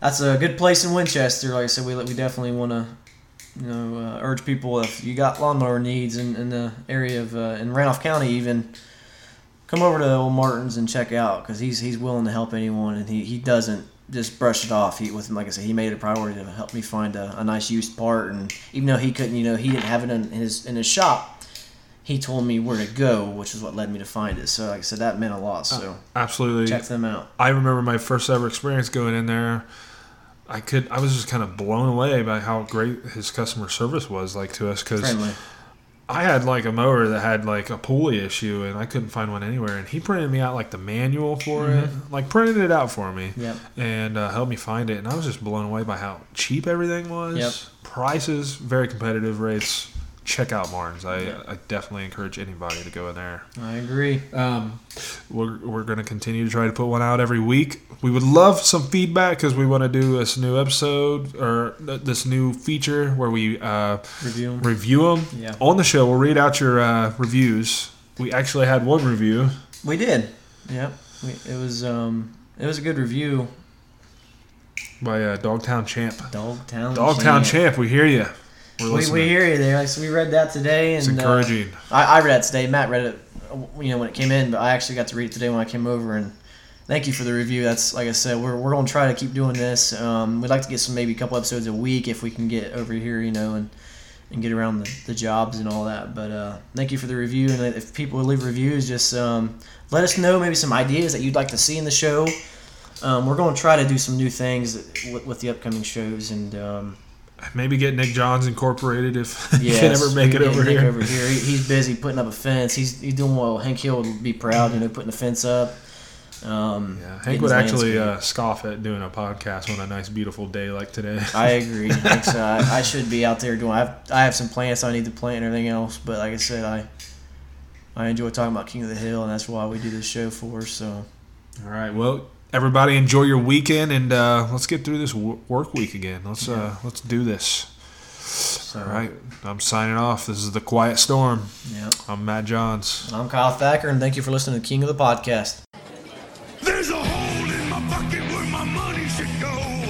Speaker 3: that's a good place in Winchester. Like I said, we we definitely want to you know uh, urge people if you got lawnmower needs in, in the area of uh, in Randolph County even. Come over to old Martin's and check out because he's he's willing to help anyone and he, he doesn't just brush it off. He with like I said, he made it a priority to help me find a, a nice used part and even though he couldn't, you know, he didn't have it in, in his in his shop, he told me where to go, which is what led me to find it. So, like I said, that meant a lot. So,
Speaker 2: Ah, Absolutely.
Speaker 3: check them out.
Speaker 2: I remember my first ever experience going in there. I could I was just kind of blown away by how great his customer service was like to us cuz
Speaker 3: Friendly.
Speaker 2: I had like a mower that had like a pulley issue and I couldn't find one anywhere and he printed me out like the manual for it
Speaker 3: Mhm.
Speaker 2: like printed it out for me
Speaker 3: Yep.
Speaker 2: and uh, helped me find it and I was just blown away by how cheap everything was
Speaker 3: Yep.
Speaker 2: prices very competitive rates check out Martin's I,
Speaker 3: Yep.
Speaker 2: I definitely encourage anybody to go in there
Speaker 3: I agree.
Speaker 2: Um, we're, we're going to continue to try to put one out every week. We would love some feedback because we want to do this new episode or th- this new feature where we uh,
Speaker 3: Review 'em.
Speaker 2: review 'em.
Speaker 3: Yeah.
Speaker 2: on the show. We'll read out your uh, reviews. We actually had one review.
Speaker 3: We did. Yep. We, it was um it was a good review.
Speaker 2: by uh, Dogtown Champ.
Speaker 3: Dogtown.
Speaker 2: Dogtown Champ, we hear you. We're
Speaker 3: We, we
Speaker 2: listening.
Speaker 3: hear you there. Like, so we read that today, and
Speaker 2: It's
Speaker 3: uh,
Speaker 2: encouraging.
Speaker 3: I, I read it today. Matt read it, uh, you know, when it came in, but I actually got to read it today when I came over. And thank you for the review. That's like I said, we're, we're gonna try to keep doing this. Um, we'd like to get some maybe a couple episodes a week if we can get over here, you know, and and get around the, the jobs and all that. But uh, thank you for the review. And if people would leave reviews, just um, let us know maybe some ideas that you'd like to see in the show. Um, we're going to try to do some new things with, with the upcoming shows and. Um,
Speaker 2: Maybe get Nick Johns incorporated if he
Speaker 3: yeah,
Speaker 2: can ever make it over here.
Speaker 3: Over here, He- he's busy putting up a fence. He's he's doing well. Hank Hill would be proud, you know, putting the fence up. Um, yeah,
Speaker 2: Hank would actually uh, scoff at doing a podcast on a nice, beautiful day like today.
Speaker 3: I agree. Like, so I, I should be out there doing. I have, I have some plants I need to plant and everything else. But like I said, I I enjoy talking about King of the Hill, and that's why we do this show for. So
Speaker 2: All right. Well, everybody, enjoy your weekend, and uh, let's get through this w- work week again. Let's uh, let's do this. All right. I'm signing off. This is the Quiet Storm.
Speaker 3: Yeah.
Speaker 2: I'm Matt Johns.
Speaker 3: I'm Kyle Thacker, and thank you for listening to King of the Podcast.
Speaker 1: Oh, There's a hole in my pocket where my money should go.